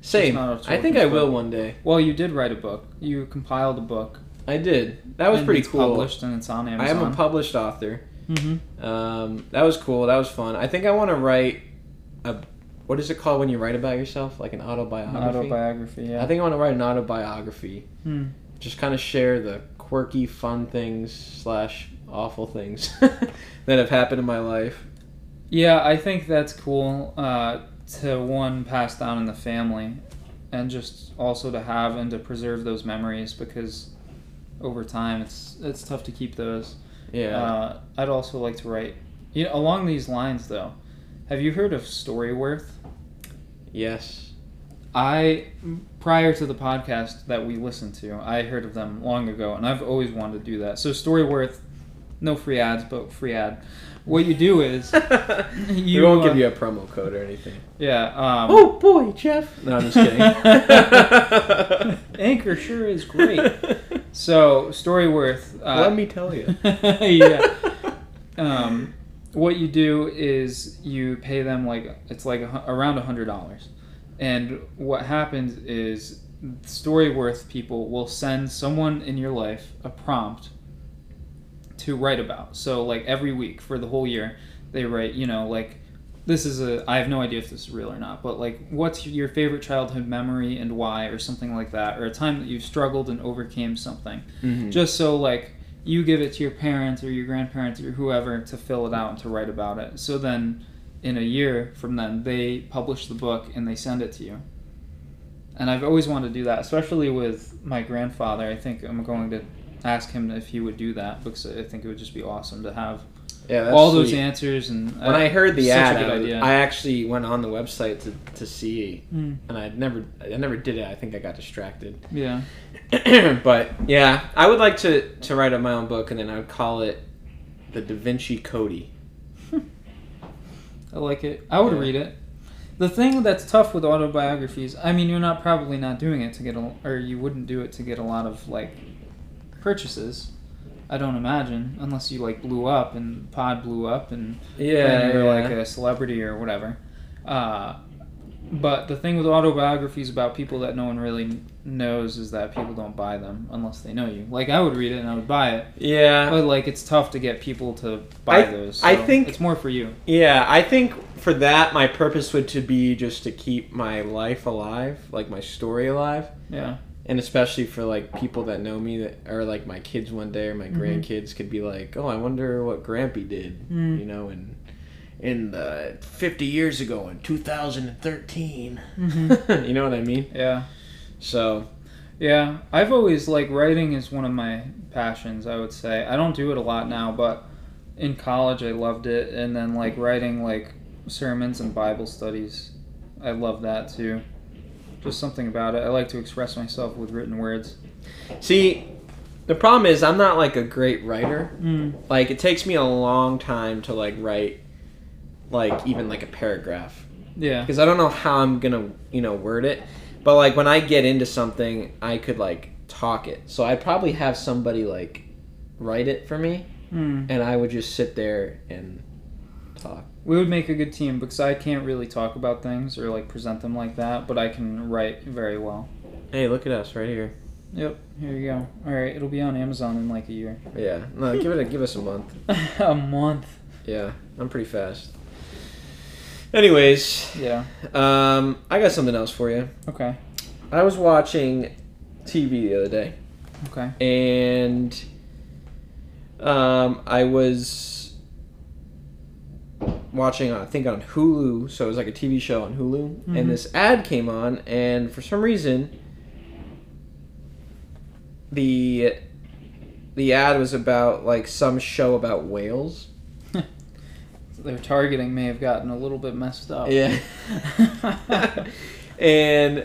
Speaker 1: Same.
Speaker 2: not a
Speaker 1: I think
Speaker 2: children's
Speaker 1: I will
Speaker 2: book.
Speaker 1: one day.
Speaker 2: Well, you did write a book. You compiled a book.
Speaker 1: I did. That was
Speaker 2: and
Speaker 1: pretty
Speaker 2: it's
Speaker 1: cool.
Speaker 2: Published and it's on
Speaker 1: I
Speaker 2: Amazon.
Speaker 1: am a published author.
Speaker 2: mm-hmm.
Speaker 1: Um, that was cool. That was fun. I think I want to write a what is it called when you write about yourself? Like an autobiography.
Speaker 2: Autobiography, yeah.
Speaker 1: I think I want to write an autobiography.
Speaker 2: Hmm.
Speaker 1: Just kind of share the quirky, fun things slash awful things that have happened in my life.
Speaker 2: Yeah, I think that's cool uh, to one pass down in the family, and just also to have and to preserve those memories because over time it's it's tough to keep those.
Speaker 1: Yeah.
Speaker 2: Uh, I'd also like to write. You know, along these lines though, have you heard of Storyworth?
Speaker 1: yes.
Speaker 2: I prior to the podcast that we listened to, I heard of them long ago, and I've always wanted to do that. So Storyworth, no free ads, but free ad. What you do is
Speaker 1: we
Speaker 2: you
Speaker 1: won't give
Speaker 2: uh,
Speaker 1: you a promo code or anything.
Speaker 2: yeah. Um,
Speaker 1: Oh boy, Jeff. No, I'm just kidding.
Speaker 2: Anchor sure is great. So Storyworth. Uh,
Speaker 1: Let me tell you.
Speaker 2: yeah. Um, what you do is you pay them like it's like a, hu- around a hundred dollars, and what happens is Storyworth people will send someone in your life a prompt to write about. So like every week for the whole year, they write you know like. This is a. I have no idea if this is real or not, but like, what's your favorite childhood memory and why, or something like that, or a time that you struggled and overcame something
Speaker 1: Mhm.
Speaker 2: just so like you give it to your parents or your grandparents or whoever to fill it out and to write about it so then in a year from then they publish the book and they send it to you and i've always wanted to do that especially with my grandfather i think i'm going to ask him if he would do that because i think it would just be awesome to have
Speaker 1: Yeah, that's
Speaker 2: all those
Speaker 1: sweet.
Speaker 2: answers and uh,
Speaker 1: When I heard the
Speaker 2: such
Speaker 1: ad,
Speaker 2: a good
Speaker 1: I, was-
Speaker 2: idea.
Speaker 1: I actually went on the website to, to see,
Speaker 2: Mm,
Speaker 1: and I never I never did it. I think I got distracted.
Speaker 2: yeah
Speaker 1: but yeah, I would like to to write up my own book, and then I would call it the Da Vinci Cody.
Speaker 2: I like it. I would
Speaker 1: Yeah.
Speaker 2: read it. The thing that's tough with autobiographies, I mean, you're not probably not doing it to get a, or you wouldn't do it to get a lot of like purchases. I don't imagine, unless you like blew up and Pod blew up and and you're like a celebrity or whatever. Uh, but the thing with autobiographies about people that no one really knows is that people don't buy them unless they know you. Like I would read it and I would buy it,
Speaker 1: yeah.
Speaker 2: but like it's tough to get people to buy
Speaker 1: I-
Speaker 2: those.
Speaker 1: I
Speaker 2: so
Speaker 1: think-
Speaker 2: it's more for you.
Speaker 1: Yeah, I think for that my purpose would to be just to keep my life alive, like my story alive,
Speaker 2: Yeah.
Speaker 1: and especially for like people that know me that or like my kids one day or my
Speaker 2: Mhm.
Speaker 1: grandkids could be like, "Oh, I wonder what Grampy did,"
Speaker 2: Mm.
Speaker 1: you know, and in the 50 years ago in 2013. you know what I mean?
Speaker 2: Yeah.
Speaker 1: So,
Speaker 2: Yeah, I've always like writing is one of my passions, I would say. I don't do it a lot now, but in college I loved it and then like writing like sermons and Bible studies. I love that too. Just something about it. I like to express myself with written words.
Speaker 1: see, the problem is I'm not like a great writer.
Speaker 2: Mm.
Speaker 1: like it takes me a long time to like write like even like a paragraph
Speaker 2: Yeah.
Speaker 1: because i don't know how i'm gonna you know word it but like when i get into something i could like talk it so i'd probably have somebody like write it for me
Speaker 2: Mm.
Speaker 1: and i would just sit there and talk
Speaker 2: We would make a good team because I can't really talk about things or like present them like that, but I can write very well.
Speaker 1: hey look at us right here
Speaker 2: Yep, here you go. All right, it'll be on Amazon in like a year.
Speaker 1: yeah no give it a give us a month
Speaker 2: a month.
Speaker 1: yeah i'm pretty fast anyways
Speaker 2: Yeah.
Speaker 1: um i got something else for you
Speaker 2: Okay.
Speaker 1: i was watching tv the other day
Speaker 2: Okay.
Speaker 1: and um, I was watching, I think, on Hulu. So it was like a TV show on Hulu,
Speaker 2: Mhm.
Speaker 1: and this ad came on, and for some reason, the the ad was about like some show about whales.
Speaker 2: their targeting may have gotten a little bit messed up.
Speaker 1: Oh. Yeah. and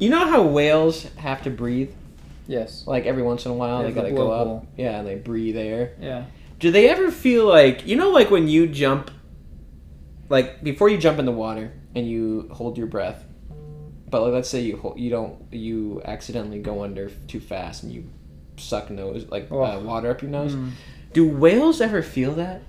Speaker 1: you know how whales have to breathe
Speaker 2: yes.
Speaker 1: like every once in a while
Speaker 2: They
Speaker 1: they,
Speaker 2: have the
Speaker 1: gotta go
Speaker 2: blowhole.
Speaker 1: up yeah and they breathe air
Speaker 2: Yeah.
Speaker 1: Do they ever feel like you know, like when you jump, like before you jump in the water and you hold your breath, but like let's say you hold, you don't you accidentally go under too fast and you suck nose like uh,
Speaker 2: Ugh.
Speaker 1: water up your nose.
Speaker 2: Mm.
Speaker 1: Do whales ever feel that?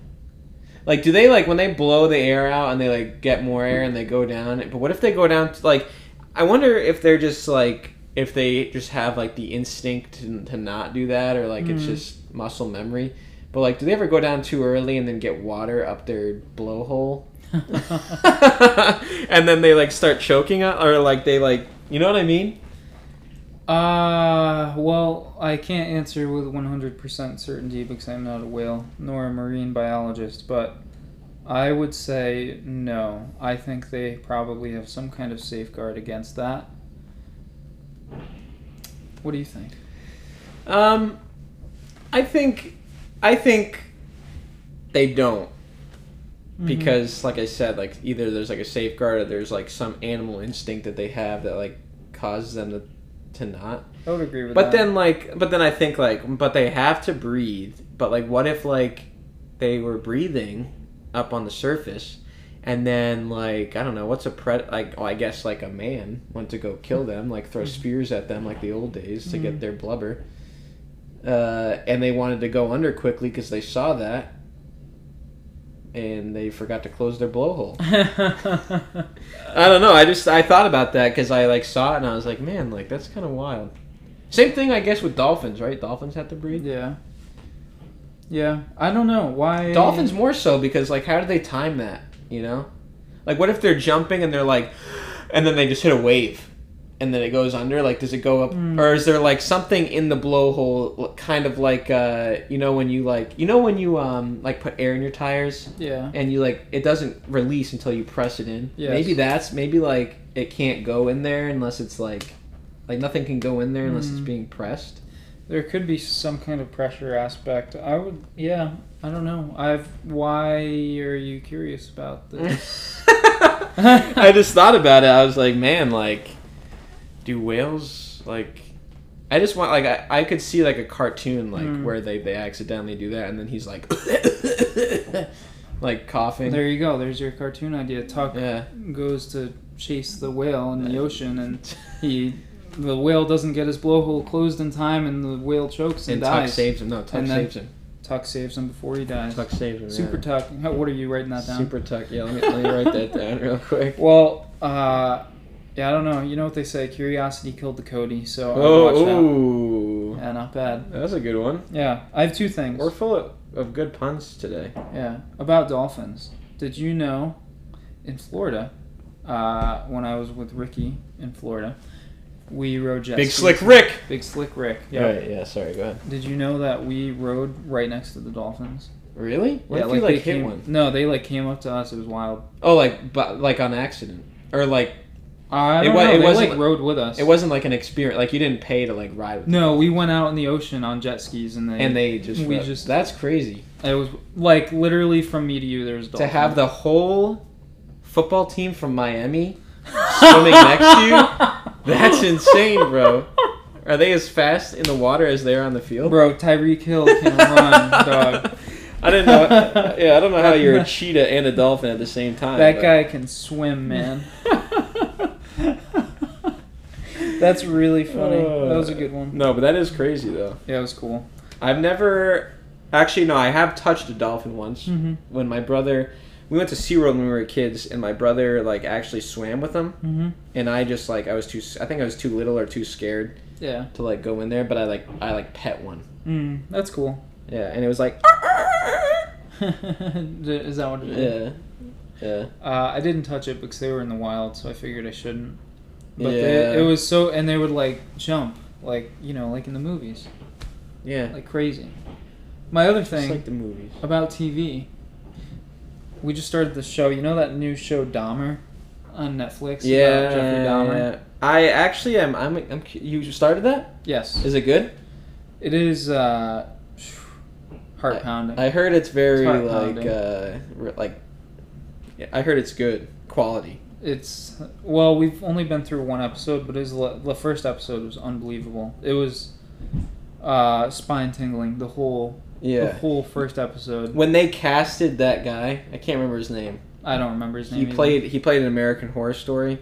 Speaker 1: Like, do they like when they blow the air out and they like get more air and they go down? But what if they go down? To, like, I wonder if they're just like if they just have like the instinct to, to not do that or like it's
Speaker 2: Mm.
Speaker 1: just muscle memory. But like, do they ever go down too early and then get water up their blowhole? and then they like start choking on, or like they like, you know what I mean?
Speaker 2: Uh, well, I can't answer with 100% certainty because I'm not a whale nor a marine biologist, but I would say no. I think they probably have some kind of safeguard against that. What do you think?
Speaker 1: Um, I think, I think they don't
Speaker 2: Mm-hmm.
Speaker 1: because, like I said, like either there's like a safeguard or there's like some animal instinct that they have that like causes them to to not.
Speaker 2: I would agree with
Speaker 1: But
Speaker 2: that.
Speaker 1: then like, but then I think like, but they have to breathe. But like, what if like they were breathing up on the surface? And then, like I don't know, what's a pred? Like, oh, I guess like a man went to go kill them, like throw
Speaker 2: Mm-hmm.
Speaker 1: spears at them, like the old days, to get their blubber. Uh, and they wanted to go under quickly because they saw that, and they forgot to close their blowhole.
Speaker 2: then.
Speaker 1: I don't know. I just I thought about that because I like saw it and I was like, man, like that's kind of wild. Same thing, I guess, with dolphins, right? Dolphins have to breathe.
Speaker 2: yeah. Yeah. I don't know. Why?
Speaker 1: Dolphins more so because like, how do they time that? You know, like what if they're jumping and they're like, and then they just hit a wave, and then it goes under. Like, does it go up,
Speaker 2: Mm.
Speaker 1: or is there like something in the blowhole, l- kind of like uh, you know when you like, you know when you um like put air in your tires
Speaker 2: Yeah.
Speaker 1: and you like it doesn't release until you press it in.
Speaker 2: Yes.
Speaker 1: Maybe that's maybe like it can't go in there unless it's like like nothing can go in there unless it's
Speaker 2: Mm.
Speaker 1: being pressed.
Speaker 2: There could be some kind of pressure aspect. I would, yeah, I don't know. I've. Why are you curious about this?
Speaker 1: I just thought about it. I was like, man, like do whales like I just want like I, I could see like a cartoon like
Speaker 2: Mm.
Speaker 1: where they they accidentally do that and then he's like like coughing.
Speaker 2: there you go. There's your cartoon idea. Tuck
Speaker 1: yeah.
Speaker 2: goes to chase the whale in the ocean, and he, the whale doesn't get his blowhole closed in time, and the whale chokes and,
Speaker 1: And Tuck
Speaker 2: dies.
Speaker 1: saves him. No, Tuck
Speaker 2: And then-
Speaker 1: saves him.
Speaker 2: Tuck saves him before he dies.
Speaker 1: Tuck saves him.
Speaker 2: Super
Speaker 1: yeah.
Speaker 2: Tuck. What are you writing that down?
Speaker 1: Super Tuck. Yeah, let me, let me write that down real quick.
Speaker 2: Well, uh, yeah, I don't know. You know what they say? Curiosity killed the Cody. So I watch
Speaker 1: Oh,
Speaker 2: that.
Speaker 1: ooh.
Speaker 2: Yeah, not bad.
Speaker 1: that's a good one.
Speaker 2: Yeah, I have two things.
Speaker 1: We're full of, of good puns today.
Speaker 2: Yeah, about dolphins. Did you know in Florida, uh, when I was with Ricky in Florida, we rode jet skis-
Speaker 1: Rick.
Speaker 2: Big Slick Rick.
Speaker 1: Yeah.
Speaker 2: Yeah.
Speaker 1: yeah. Sorry. Go ahead.
Speaker 2: Did you know that we rode right next to the dolphins?
Speaker 1: Really? What
Speaker 2: yeah,
Speaker 1: if you like
Speaker 2: they
Speaker 1: hit
Speaker 2: came,
Speaker 1: one?
Speaker 2: No, they like came up to us. It was wild.
Speaker 1: Oh, like but like on accident, or like
Speaker 2: I
Speaker 1: It
Speaker 2: don't
Speaker 1: wa-
Speaker 2: know.
Speaker 1: it
Speaker 2: they
Speaker 1: wasn't
Speaker 2: like
Speaker 1: li-
Speaker 2: rode with us.
Speaker 1: it wasn't like an experience. Like you didn't pay to like ride with. them.
Speaker 2: no, we went out in the ocean on jet skis and they
Speaker 1: And they just
Speaker 2: we
Speaker 1: rode.
Speaker 2: just
Speaker 1: that's crazy
Speaker 2: it was like literally from me to you. There was
Speaker 1: to
Speaker 2: dolphins.
Speaker 1: have the whole football team from Miami swimming next to you. That's insane, bro. Are they as fast in the water as they are on the field?
Speaker 2: Bro, Tyreek Hill can run, dog.
Speaker 1: I didn't know. Yeah, I don't know how you're a cheetah and a dolphin at the same time.
Speaker 2: That guy can swim, man. That's really funny. that was a good one.
Speaker 1: Uh, No, but that is crazy though.
Speaker 2: Yeah, it was cool.
Speaker 1: I've never. Actually, no, I have touched a dolphin once.
Speaker 2: Mhm.
Speaker 1: When my brother, we went to SeaWorld when we were kids, and my brother like actually swam with them,
Speaker 2: Mm-hmm.
Speaker 1: and I just like I was too. I think I was too little or too scared
Speaker 2: Yeah.
Speaker 1: to like go in there, but I like I like pet one.
Speaker 2: Mm, that's cool.
Speaker 1: Yeah, and it was like.
Speaker 2: Is that what it is?
Speaker 1: Yeah. Yeah.
Speaker 2: Uh, I didn't touch it because they were in the wild, so I figured I shouldn't. But
Speaker 1: Yeah.
Speaker 2: they, it was so, and they would like jump, like you know, like in the movies,
Speaker 1: Yeah.
Speaker 2: like crazy. My other
Speaker 1: Just
Speaker 2: thing
Speaker 1: like the movies.
Speaker 2: about TV. We just started the show. You know that new show Dahmer on Netflix? about
Speaker 1: Yeah.
Speaker 2: Jeffrey Dahmer.
Speaker 1: I actually am. I'm, I'm. cu- You started that?
Speaker 2: Yes,
Speaker 1: Is it good?
Speaker 2: it is uh, heart pounding.
Speaker 1: I heard it's very
Speaker 2: It's heart-pounding.
Speaker 1: like uh re- like yeah, I heard it's good quality.
Speaker 2: it's well, we've only been through one episode, but it was le- the first episode was unbelievable. It was uh, spine tingling the whole the
Speaker 1: Yeah.
Speaker 2: whole first episode.
Speaker 1: When they casted that guy, I can't remember his name.
Speaker 2: I don't remember his name.
Speaker 1: He
Speaker 2: either.
Speaker 1: played he played an American Horror Story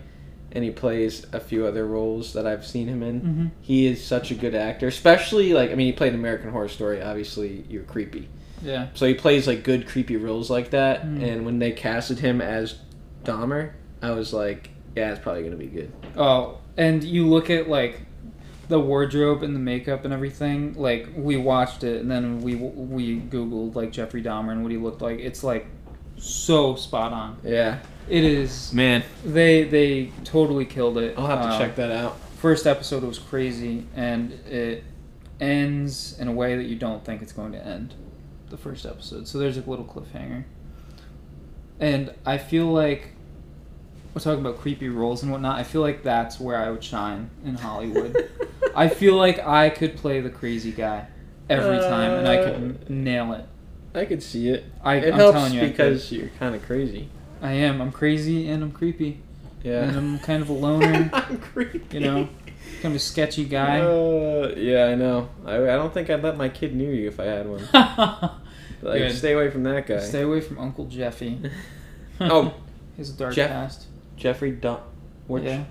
Speaker 1: and he plays a few other roles that I've seen him in.
Speaker 2: Mhm.
Speaker 1: He is such a good actor, especially like I mean he played American Horror Story, obviously you're creepy.
Speaker 2: Yeah,
Speaker 1: So he plays like good creepy roles like that
Speaker 2: Mm.
Speaker 1: and when they casted him as Dahmer, I was like, yeah, it's probably going to be good.
Speaker 2: Oh, and you look at like the wardrobe and the makeup and everything. Like we watched it, and then we we googled like Jeffrey Dahmer and what he looked like. It's like so spot on.
Speaker 1: Yeah.
Speaker 2: It is.
Speaker 1: Man,
Speaker 2: They they totally killed it.
Speaker 1: I'll have to
Speaker 2: Um,
Speaker 1: check that out.
Speaker 2: First episode was crazy, and it ends in a way that you don't think it's going to end. The first episode, so there's a little cliffhanger. And I feel like we're talking about creepy roles and whatnot. I feel like that's where I would shine in Hollywood. I feel like I could play the crazy guy every time, and I could n- nail it.
Speaker 1: I could see it.
Speaker 2: I,
Speaker 1: Uh, it
Speaker 2: I'm
Speaker 1: helps
Speaker 2: telling you, I could.
Speaker 1: because you're kind of crazy.
Speaker 2: I am. I'm crazy and I'm creepy. And
Speaker 1: Yeah.
Speaker 2: I'm kind of a loner,
Speaker 1: I'm creepy.
Speaker 2: you know, kind of a sketchy guy.
Speaker 1: Uh, yeah, I know. I, I don't think I'd let my kid near you if I had one. Like,
Speaker 2: Good.
Speaker 1: stay away from that guy.
Speaker 2: Stay away from Uncle Jeffy.
Speaker 1: oh,
Speaker 2: He's a dark
Speaker 1: Jeff-
Speaker 2: past.
Speaker 1: Jeffrey Dun. Which?
Speaker 2: Yeah.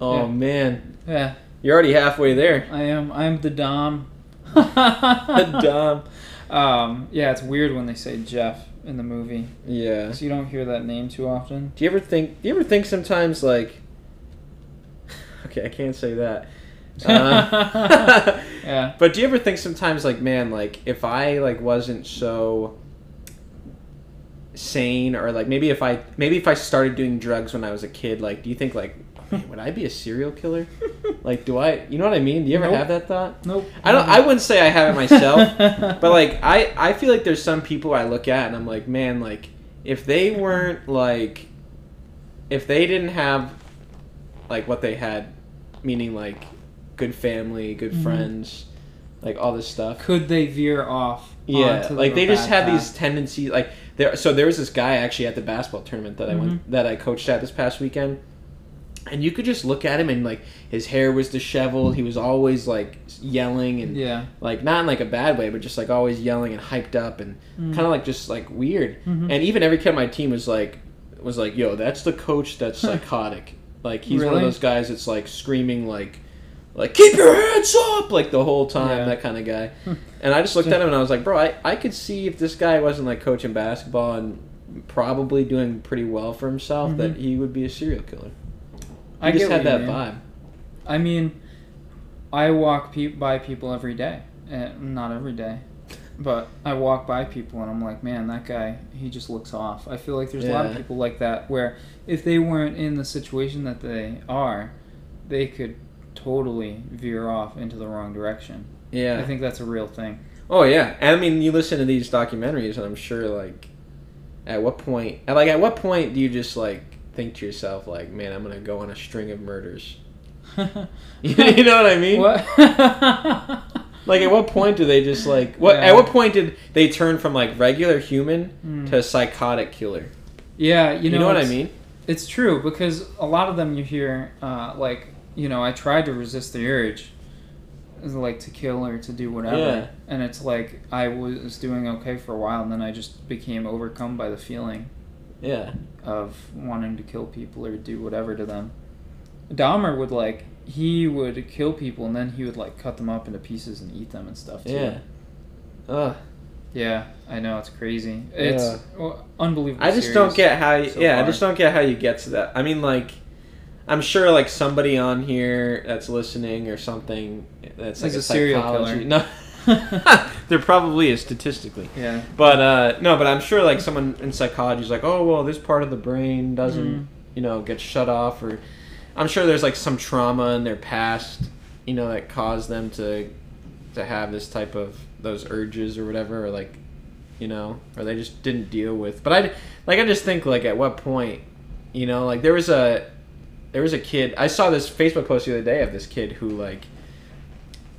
Speaker 1: Oh
Speaker 2: Yeah.
Speaker 1: man,
Speaker 2: Yeah,
Speaker 1: you're already halfway there.
Speaker 2: I am. I am the Dom.
Speaker 1: Dumb.
Speaker 2: Um, yeah, it's weird when they say Jeff in the movie.
Speaker 1: Yeah.
Speaker 2: 'cause you don't hear that name too often.
Speaker 1: Do you ever think? Do you ever think sometimes like? Okay, I can't say that. Uh,
Speaker 2: Yeah.
Speaker 1: but do you ever think sometimes like, man, like if I like wasn't so sane or like maybe if I maybe if I started doing drugs when I was a kid, like do you think like man, would I be a serial killer? Like do I you know what I mean? Do you ever
Speaker 2: Nope.
Speaker 1: have that thought?
Speaker 2: Nope.
Speaker 1: I don't I wouldn't say I have it myself. But like I, I feel like there's some people I look at and I'm like, man, like if they weren't like if they didn't have like what they had, meaning like good family, good
Speaker 2: Mhm.
Speaker 1: friends, like all this stuff.
Speaker 2: could they veer off?
Speaker 1: Yeah,
Speaker 2: onto
Speaker 1: like
Speaker 2: the
Speaker 1: they just
Speaker 2: bad
Speaker 1: had
Speaker 2: path?
Speaker 1: these tendencies like there so there was this guy actually at the basketball tournament that I went that I coached at this past weekend. And you could just look at him and like his hair was disheveled, he was always like yelling and
Speaker 2: Yeah.
Speaker 1: like not in like a bad way, but just like always yelling and hyped up and
Speaker 2: Mm.
Speaker 1: kind of like just like weird.
Speaker 2: Mhm.
Speaker 1: And even every kid on my team was like, was like, "Yo, that's the coach that's psychotic. Like he's one of
Speaker 2: Really?
Speaker 1: those guys that's like screaming like, like keep your hands up like the whole time
Speaker 2: Yeah.
Speaker 1: that kind of guy." and I just looked at him and I was like, "Bro, I I could see if this guy wasn't like coaching basketball and probably doing pretty well for himself that he would be a serial killer. I just
Speaker 2: Mm-hmm. get what
Speaker 1: had
Speaker 2: you
Speaker 1: that vibe.
Speaker 2: mean. I mean, I walk pe- by people every day. And not every day, but I walk by people and I'm like, man, that guy, he just looks off. I feel like there's a lot of
Speaker 1: Yeah.
Speaker 2: people like that where if they weren't in the situation that they are, they could totally veer off into the wrong direction.
Speaker 1: Yeah,
Speaker 2: I think that's a real thing.
Speaker 1: Oh yeah, and I mean, you listen to these documentaries, and I'm sure like, at what point, at, like at what point do you just like think to yourself like, man, I'm gonna go on a string of murders? you know what I mean?
Speaker 2: what?
Speaker 1: Like at what point do they just like what?
Speaker 2: Yeah.
Speaker 1: At what point did they turn from like regular human
Speaker 2: Mm.
Speaker 1: to psychotic killer?
Speaker 2: yeah, you
Speaker 1: Hmm. You
Speaker 2: know,
Speaker 1: know, what I
Speaker 2: it's-
Speaker 1: mean?
Speaker 2: It's true because a lot of them you hear, uh, like you know, I tried to resist the urge, is like to kill or to do whatever,
Speaker 1: Yeah.
Speaker 2: and it's like I was doing okay for a while, and then I just became overcome by the feeling
Speaker 1: Yeah.
Speaker 2: of wanting to kill people or do whatever to them. Dahmer would like he would kill people and then he would like cut them up into pieces and eat them and stuff too.
Speaker 1: Yeah. Ugh.
Speaker 2: Yeah, I know it's crazy. It's
Speaker 1: Yeah.
Speaker 2: well, unbelievable.
Speaker 1: I just
Speaker 2: series.
Speaker 1: don't get how. You,
Speaker 2: so
Speaker 1: yeah, I
Speaker 2: far.
Speaker 1: just don't get how you get to that. I mean, like, I'm sure like somebody on here that's listening or something that's like
Speaker 2: Is
Speaker 1: a,
Speaker 2: a serial
Speaker 1: psychology-
Speaker 2: killer.
Speaker 1: No, there probably is statistically,
Speaker 2: Yeah.
Speaker 1: but uh, no. But I'm sure like someone in psychology is like, oh well, this part of the brain doesn't
Speaker 2: Mhm.
Speaker 1: you know get shut off, or I'm sure there's like some trauma in their past, you know, that caused them to to have this type of those urges or whatever, or like you know, or they just didn't deal with. But I like I just think like at what point, you know, like there was a there was a kid I saw this Facebook post the other day of this kid who like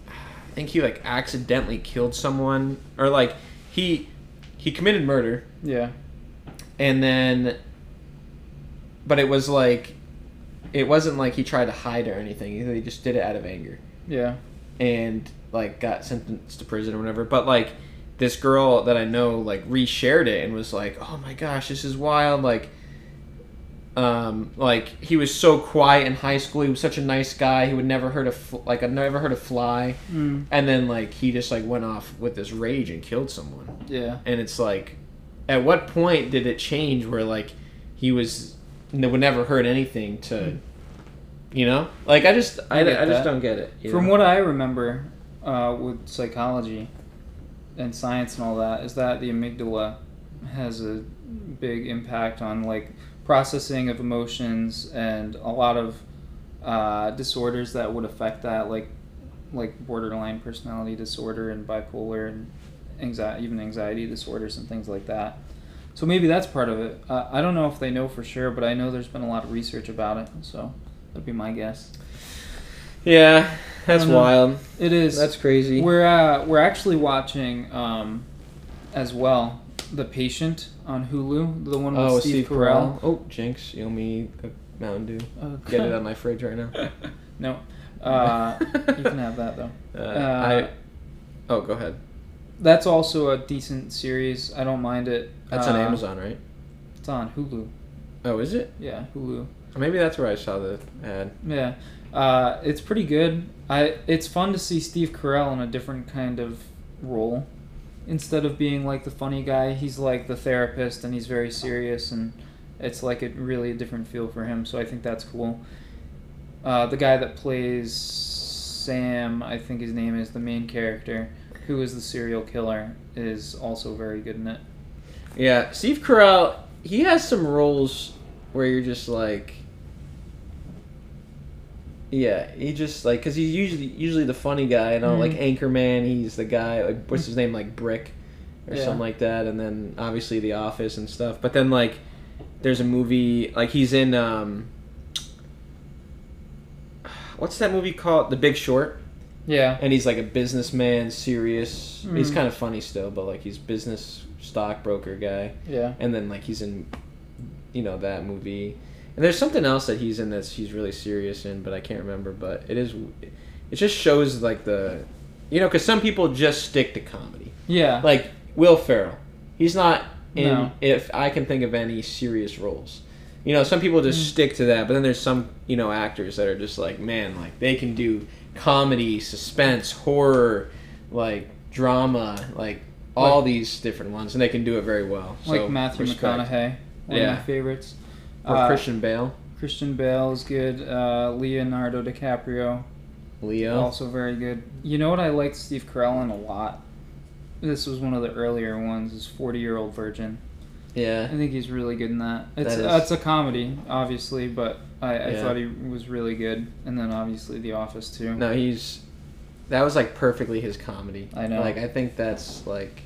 Speaker 1: I think he like accidentally killed someone or like he he committed murder
Speaker 2: Yeah.
Speaker 1: and then but it was like it wasn't like he tried to hide or anything. He just did it out of anger
Speaker 2: Yeah.
Speaker 1: and like got sentenced to prison or whatever. But like this girl that I know like reshared it and was like, "Oh my gosh, this is wild!" Like, um, like he was so quiet in high school. He was such a nice guy. He would never hurt a fl- like I never heard a fly.
Speaker 2: Mm.
Speaker 1: And then like he just like went off with this rage and killed someone.
Speaker 2: Yeah.
Speaker 1: And it's like, at what point did it change where like he was n- would never hurt anything to. You know, like I just, Hmm. I,
Speaker 2: I get
Speaker 1: I, just
Speaker 2: that.
Speaker 1: don't get it. you
Speaker 2: From
Speaker 1: know?
Speaker 2: what I remember uh, with psychology and science and all that, is that the amygdala has a big impact on like processing of emotions and a lot of uh, disorders that would affect that, like like borderline personality disorder and bipolar and anxiety, even anxiety disorders and things like that. So maybe that's part of it. Uh, I don't know if they know for sure, but I know there's been a lot of research about it. So that'd be my guess.
Speaker 1: Yeah, that's
Speaker 2: I don't know.
Speaker 1: wild.
Speaker 2: It is.
Speaker 1: That's crazy.
Speaker 2: We're uh, we're actually watching um, as well the patient on Hulu, the one with
Speaker 1: oh,
Speaker 2: Steve, Carell. Uh,
Speaker 1: Oh, Jinx, you owe me a Mountain Dew.
Speaker 2: Okay.
Speaker 1: Get it out of my fridge right now.
Speaker 2: no, uh, you can have that though.
Speaker 1: Uh,
Speaker 2: Uh,
Speaker 1: I. Oh, go ahead.
Speaker 2: That's also a decent series. I don't mind it.
Speaker 1: That's on
Speaker 2: Uh,
Speaker 1: Amazon, right?
Speaker 2: It's on Hulu.
Speaker 1: Oh, is it?
Speaker 2: Yeah, Hulu.
Speaker 1: Maybe that's where I saw the ad.
Speaker 2: Yeah, uh, it's pretty good. I it's fun to see Steve Carell in a different kind of role. Instead of being like the funny guy, he's like the therapist, and he's very serious, and it's like a really a different feel for him. So I think that's cool. Uh, the guy that plays Sam, I think his name is the main character, who is the serial killer, is also very good in it.
Speaker 1: Yeah, Steve Carell. He has some roles where you're just like. Yeah, he just like because he's usually usually the funny guy, you know,
Speaker 2: Mm-hmm.
Speaker 1: like Anchorman. He's the guy. Like, what's his name? Like Brick, or
Speaker 2: Yeah.
Speaker 1: something like that. And then obviously The Office and stuff. But then like, there's a movie like he's in. um What's that movie called? The Big Short.
Speaker 2: Yeah,
Speaker 1: and he's like a businessman, serious. He's
Speaker 2: Mm.
Speaker 1: kind of funny still, but like he's business stockbroker guy.
Speaker 2: yeah.
Speaker 1: And then like he's in, you know, that movie. And there's something else that he's in that's he's really serious in, but I can't remember. But it is, it just shows like the, you know, because some people just stick to comedy.
Speaker 2: Yeah.
Speaker 1: Like Will Ferrell, he's not in.
Speaker 2: No.
Speaker 1: If I can think of any serious roles. You know, some people
Speaker 2: Mm.
Speaker 1: just stick to that, but then there's some, you know, actors that are just like, man, like they can do comedy, suspense, horror, like drama, like all these different ones, and they can do it very well.
Speaker 2: like
Speaker 1: So,
Speaker 2: Matthew
Speaker 1: respect.
Speaker 2: McConaughey, one
Speaker 1: Yeah.
Speaker 2: of my favorites.
Speaker 1: or
Speaker 2: Uh,
Speaker 1: Christian Bale,
Speaker 2: Christian Bale is good. Uh, Leonardo DiCaprio
Speaker 1: Leo.
Speaker 2: also very good. You know what I liked Steve Carell in a lot. This was one of the earlier ones. Is Forty Year Old Virgin. I
Speaker 1: Yeah,
Speaker 2: think he's really good in that. It's
Speaker 1: That
Speaker 2: uh,
Speaker 1: is-
Speaker 2: it's a comedy, obviously, but I, I
Speaker 1: Yeah.
Speaker 2: thought he was really good. And then obviously The Office too.
Speaker 1: no, he's that was like perfectly his comedy.
Speaker 2: I know.
Speaker 1: Like I think that's like,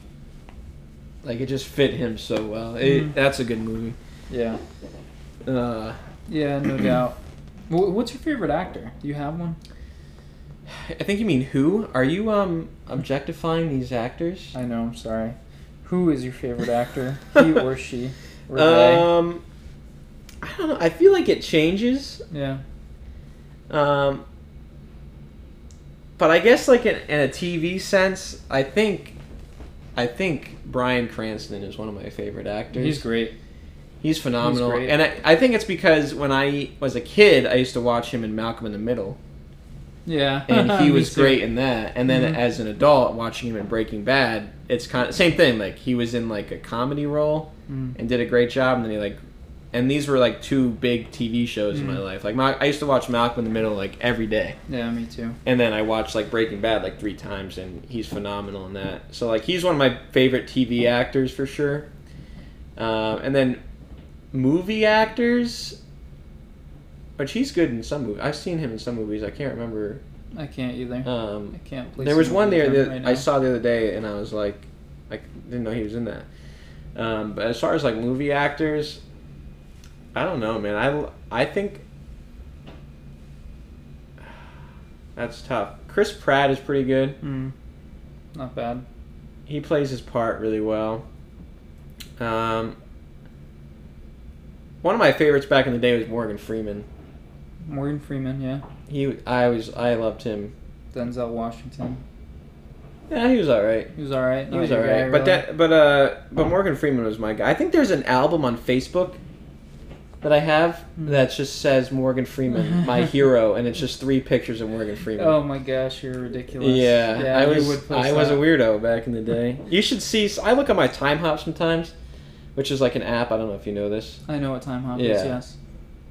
Speaker 1: like it just fit him so well. It,
Speaker 2: Mhm.
Speaker 1: That's a good movie.
Speaker 2: Yeah,
Speaker 1: Uh,
Speaker 2: yeah, no doubt. Wh- What's your favorite actor? Do you have one?
Speaker 1: I think you mean who? Are you um objectifying these actors?
Speaker 2: I know. I'm sorry. Who is your favorite actor? he or she? Or they?
Speaker 1: Um, I don't know. I feel like it changes.
Speaker 2: Yeah.
Speaker 1: Um, but I guess like in, in a TV sense, I think, I think Brian Cranston is one of my favorite actors.
Speaker 2: He's great.
Speaker 1: He's phenomenal,
Speaker 2: He's great.
Speaker 1: and I, I think it's because when I was a kid, I used to watch him in Malcolm in the Middle,
Speaker 2: Yeah.
Speaker 1: and he
Speaker 2: Me
Speaker 1: was
Speaker 2: too.
Speaker 1: great in that. And then
Speaker 2: Mhm.
Speaker 1: as an adult, watching him in Breaking Bad, it's kind of same thing. Like he was in like a comedy role
Speaker 2: Mm.
Speaker 1: and did a great job, and then he like, and these were like two big TV shows in my
Speaker 2: Mm.
Speaker 1: life. Like Mal- I used to watch Malcolm in the Middle like every day,
Speaker 2: Yeah, me too.
Speaker 1: and then I watched like Breaking Bad like three times, and he's phenomenal in that. So like he's one of my favorite TV actors for sure. Um, and then movie actors, which he's good in some movies. I've seen him in some movies. I can't remember.
Speaker 2: I can't either. I
Speaker 1: Um,
Speaker 2: can't. Place
Speaker 1: there was
Speaker 2: him
Speaker 1: one
Speaker 2: with
Speaker 1: there
Speaker 2: him
Speaker 1: that
Speaker 2: right
Speaker 1: I
Speaker 2: now.
Speaker 1: saw the other day, and I was like, I didn't know he was in that. Um, but as far as like movie actors, I don't know, man. I I think that's tough. Chris Pratt is pretty good.
Speaker 2: Mm. Not bad.
Speaker 1: He plays his part really well. Um, one of my favorites back in the day was Morgan Freeman.
Speaker 2: Morgan Freeman, yeah.
Speaker 1: He I was I loved him.
Speaker 2: Denzel Washington.
Speaker 1: Yeah, he was all right.
Speaker 2: He was all right.
Speaker 1: He
Speaker 2: not
Speaker 1: was all
Speaker 2: your
Speaker 1: Oh, right,
Speaker 2: guy,
Speaker 1: but
Speaker 2: really.
Speaker 1: that, but uh, but Morgan Freeman was my guy. I think there's an album on Facebook that I have
Speaker 2: Hmm.
Speaker 1: that just says Morgan Freeman, my hero, and it's just three pictures of Morgan Freeman.
Speaker 2: Oh my gosh, you're ridiculous.
Speaker 1: yeah, I
Speaker 2: you
Speaker 1: was
Speaker 2: would post
Speaker 1: I was a
Speaker 2: that.
Speaker 1: weirdo back in the day. you should see. s- I look at my time hop sometimes, which is like an app. I don't know if you know this.
Speaker 2: I know what time hop
Speaker 1: Yeah.
Speaker 2: is. Yes.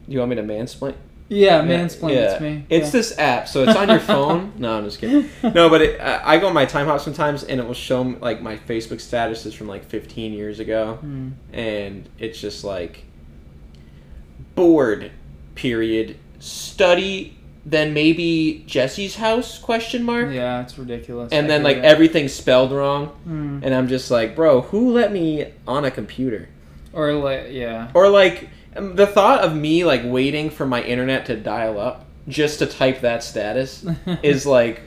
Speaker 1: You want me to mansplain?
Speaker 2: Yeah, mansplain.
Speaker 1: Yeah.
Speaker 2: It's me.
Speaker 1: It's
Speaker 2: yeah.
Speaker 1: this app, so it's on your phone. No, I'm just kidding. No, but it, I I go on my time hop sometimes, and it will show me, like my Facebook statuses from like 15 years ago,
Speaker 2: Hmm.
Speaker 1: and it's just like bored. Period. Study. Then maybe Jesse's house? Question mark.
Speaker 2: Yeah, it's ridiculous.
Speaker 1: And
Speaker 2: I
Speaker 1: then
Speaker 2: hate
Speaker 1: like
Speaker 2: it.
Speaker 1: everything's spelled wrong,
Speaker 2: Hmm.
Speaker 1: and I'm just like, bro, who let me on a computer?
Speaker 2: or like yeah,
Speaker 1: Or like um, the thought of me like waiting for my internet to dial up just to type that status is like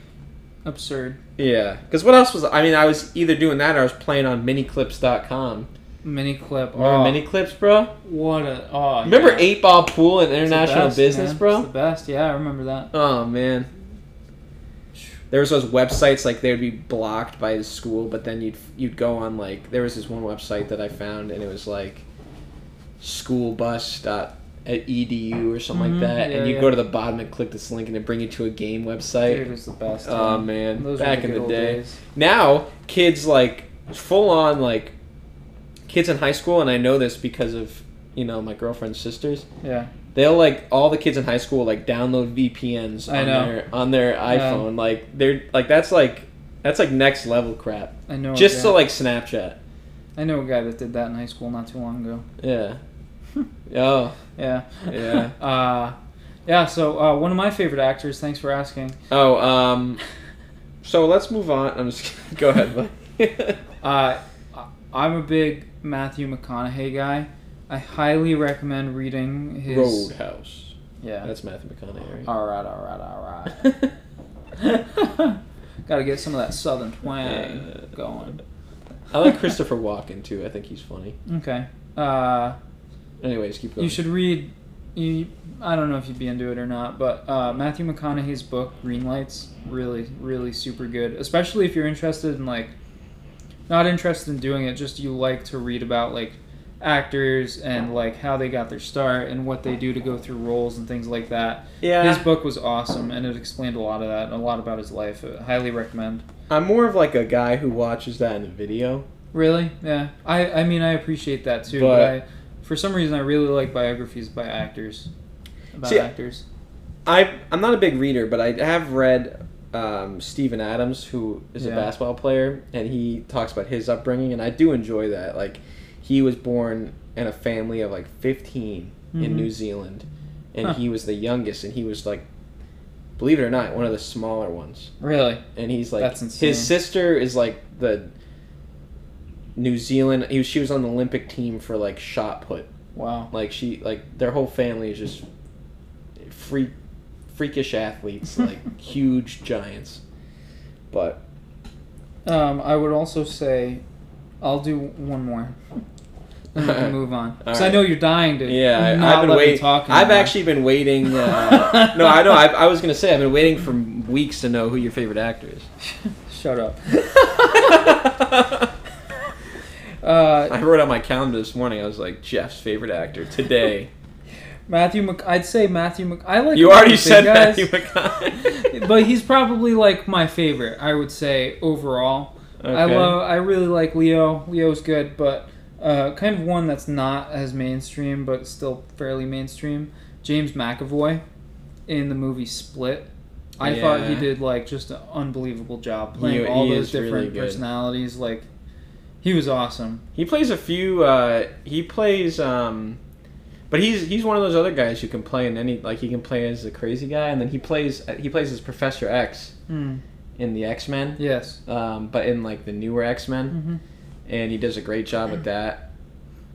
Speaker 2: absurd.
Speaker 1: yeah. Because what else was I mean? I was either doing that or I was playing on miniclips.com.
Speaker 2: Mini clip.
Speaker 1: Remember
Speaker 2: oh,
Speaker 1: miniclips, bro?
Speaker 2: What a oh.
Speaker 1: Remember
Speaker 2: yeah.
Speaker 1: eight ball pool and
Speaker 2: It's the
Speaker 1: international
Speaker 2: best,
Speaker 1: business,
Speaker 2: man.
Speaker 1: bro?
Speaker 2: It's the best. Yeah, I remember that.
Speaker 1: Oh man. There was those websites like they would be blocked by the school, but then you'd you'd go on like there was this one website that I found and it was like schoolbus.edu E or something
Speaker 2: Mhm,
Speaker 1: like that,
Speaker 2: yeah,
Speaker 1: and you
Speaker 2: yeah.
Speaker 1: go to the bottom and click this link and it bring you to a game website.
Speaker 2: Dude, it's the best.
Speaker 1: oh
Speaker 2: dude.
Speaker 1: man,
Speaker 2: Those were
Speaker 1: back in
Speaker 2: good
Speaker 1: the
Speaker 2: old
Speaker 1: day.
Speaker 2: days.
Speaker 1: Now kids like full on like kids in high school, and I know this because of you know my girlfriend's sisters
Speaker 2: Yeah.
Speaker 1: they'll like all the kids in high school like download VPNs on
Speaker 2: I know.
Speaker 1: their on their iPhone. Like they're like that's like that's like next level crap.
Speaker 2: I know. a
Speaker 1: Just
Speaker 2: guy-
Speaker 1: so like Snapchat.
Speaker 2: I know a guy that did that in high school not too long ago.
Speaker 1: Yeah. oh.
Speaker 2: Yeah.
Speaker 1: Yeah.
Speaker 2: Uh, yeah. So uh, one of my favorite actors. Thanks for asking.
Speaker 1: Oh, um so let's move on. I'm just kidding. go ahead, buddy.
Speaker 2: Uh, I- I'm a big Matthew McConaughey guy. I highly recommend reading his.
Speaker 1: Roadhouse.
Speaker 2: Yeah.
Speaker 1: That's Matthew McConaughey. Right?
Speaker 2: All right. All right. All right. Got to get some of that southern twang
Speaker 1: Yeah.
Speaker 2: going.
Speaker 1: I like Christopher Walken too. I think he's funny.
Speaker 2: Okay. Uh,
Speaker 1: Anyways, keep going.
Speaker 2: you should read. You, I don't know if you'd be into it or not, but uh, Matthew McConaughey's book Green Lights really, really super good. Especially if you're interested in like, not interested in doing it, just you like to read about like actors and like how they got their start and what they do to go through roles and things like that.
Speaker 1: yeah.
Speaker 2: His book was awesome and it explained a lot of that, and a lot about his life. I highly recommend.
Speaker 1: I'm more of like a guy who watches that in a video.
Speaker 2: Really? Yeah. I, I mean, I appreciate that too. But,
Speaker 1: But-
Speaker 2: I, for some reason, I really like biographies by actors. About
Speaker 1: See,
Speaker 2: actors.
Speaker 1: I I'm not a big reader, but I have read um, Stephen Adams, who is
Speaker 2: Yeah.
Speaker 1: a basketball player, and he talks about his upbringing, and I do enjoy that. Like, he was born in a family of like 15
Speaker 2: Mhm.
Speaker 1: in New Zealand, and
Speaker 2: Huh.
Speaker 1: he was the youngest, and he was like, believe it or not, one of the smaller ones,
Speaker 2: Really?
Speaker 1: and he's like,
Speaker 2: That's insane.
Speaker 1: his sister is like the New Zealand. He was, she was on the Olympic team for like shot put.
Speaker 2: Wow.
Speaker 1: Like she, like their whole family is just freak, freakish athletes, like huge giants. But
Speaker 2: Um, I would also say, I'll do one more. And we can move on. Because I
Speaker 1: Alright.
Speaker 2: know you're dying to.
Speaker 1: yeah, I,
Speaker 2: not
Speaker 1: I've been
Speaker 2: let me
Speaker 1: waiting.
Speaker 2: talk
Speaker 1: I've
Speaker 2: anymore.
Speaker 1: actually been waiting. Uh, no, I know. I, I was gonna say I've been waiting for weeks to know who your favorite actor is.
Speaker 2: Shut up.
Speaker 1: I
Speaker 2: Uh,
Speaker 1: wrote on my calendar this morning. I was like Jeff's favorite actor today.
Speaker 2: Matthew Mc. I'd say Matthew Mc. I like.
Speaker 1: you already
Speaker 2: big
Speaker 1: said
Speaker 2: guys,
Speaker 1: Matthew McConaughey.
Speaker 2: But he's probably like my favorite. I would say overall. I
Speaker 1: Okay.
Speaker 2: love. I really like Leo. Leo's good, but uh, kind of one that's not as mainstream, but still fairly mainstream. James McAvoy in the movie Split. I thought he
Speaker 1: Yeah.
Speaker 2: did like just an unbelievable job playing
Speaker 1: He-
Speaker 2: all
Speaker 1: he
Speaker 2: those
Speaker 1: is really
Speaker 2: different
Speaker 1: good.
Speaker 2: personalities. Like he was awesome.
Speaker 1: He plays a few. Uh, he plays, um, but he's he's one of those other guys who can play in any. Like he can play as a crazy guy, and then he plays uh, he plays as Professor X
Speaker 2: Hmm.
Speaker 1: in the X Men,
Speaker 2: Yes.
Speaker 1: um, but in like the newer X Men,
Speaker 2: hmm
Speaker 1: and he does a great job with that.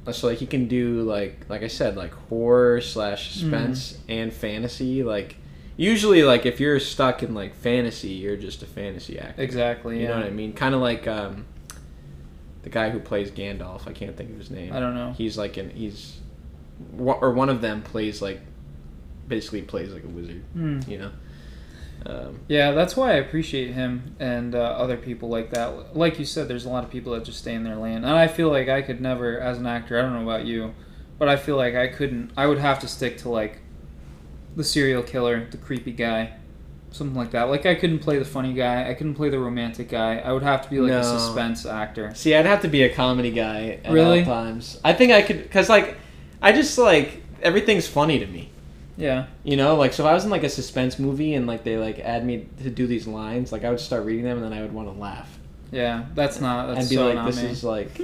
Speaker 1: Uh, So like he can do like like I said like horror slash
Speaker 2: Hmm.
Speaker 1: suspense and fantasy. Like usually like if you're stuck in like fantasy, you're just a fantasy actor.
Speaker 2: Exactly.
Speaker 1: You
Speaker 2: Yeah.
Speaker 1: know what I mean? Kind of like um, the guy who plays Gandalf. I can't think of his name.
Speaker 2: I don't know.
Speaker 1: He's like an he's, one- or one of them plays like, basically plays like a wizard.
Speaker 2: Hmm.
Speaker 1: You know. Um,
Speaker 2: Yeah, that's why I appreciate him and uh, other people like that. Like you said, there's a lot of people that just stay in their lane, and I feel like I could never, as an actor, I don't know about you, but I feel like I couldn't. I would have to stick to like the serial killer, the creepy guy, something like that. Like I couldn't play the funny guy. I couldn't play the romantic guy. I would have to be like
Speaker 1: No.
Speaker 2: a suspense actor.
Speaker 1: see, I'd have to be a comedy guy at
Speaker 2: Really?
Speaker 1: all times. I think I could, cause like, I just like everything's funny to me.
Speaker 2: Yeah.
Speaker 1: You know, like so if I was in like a suspense movie and like they like add me to do these lines, like I would start reading them and then I would want to laugh
Speaker 2: Yeah. That's not. That's
Speaker 1: and be
Speaker 2: so
Speaker 1: like,
Speaker 2: not
Speaker 1: "This
Speaker 2: me.
Speaker 1: is like."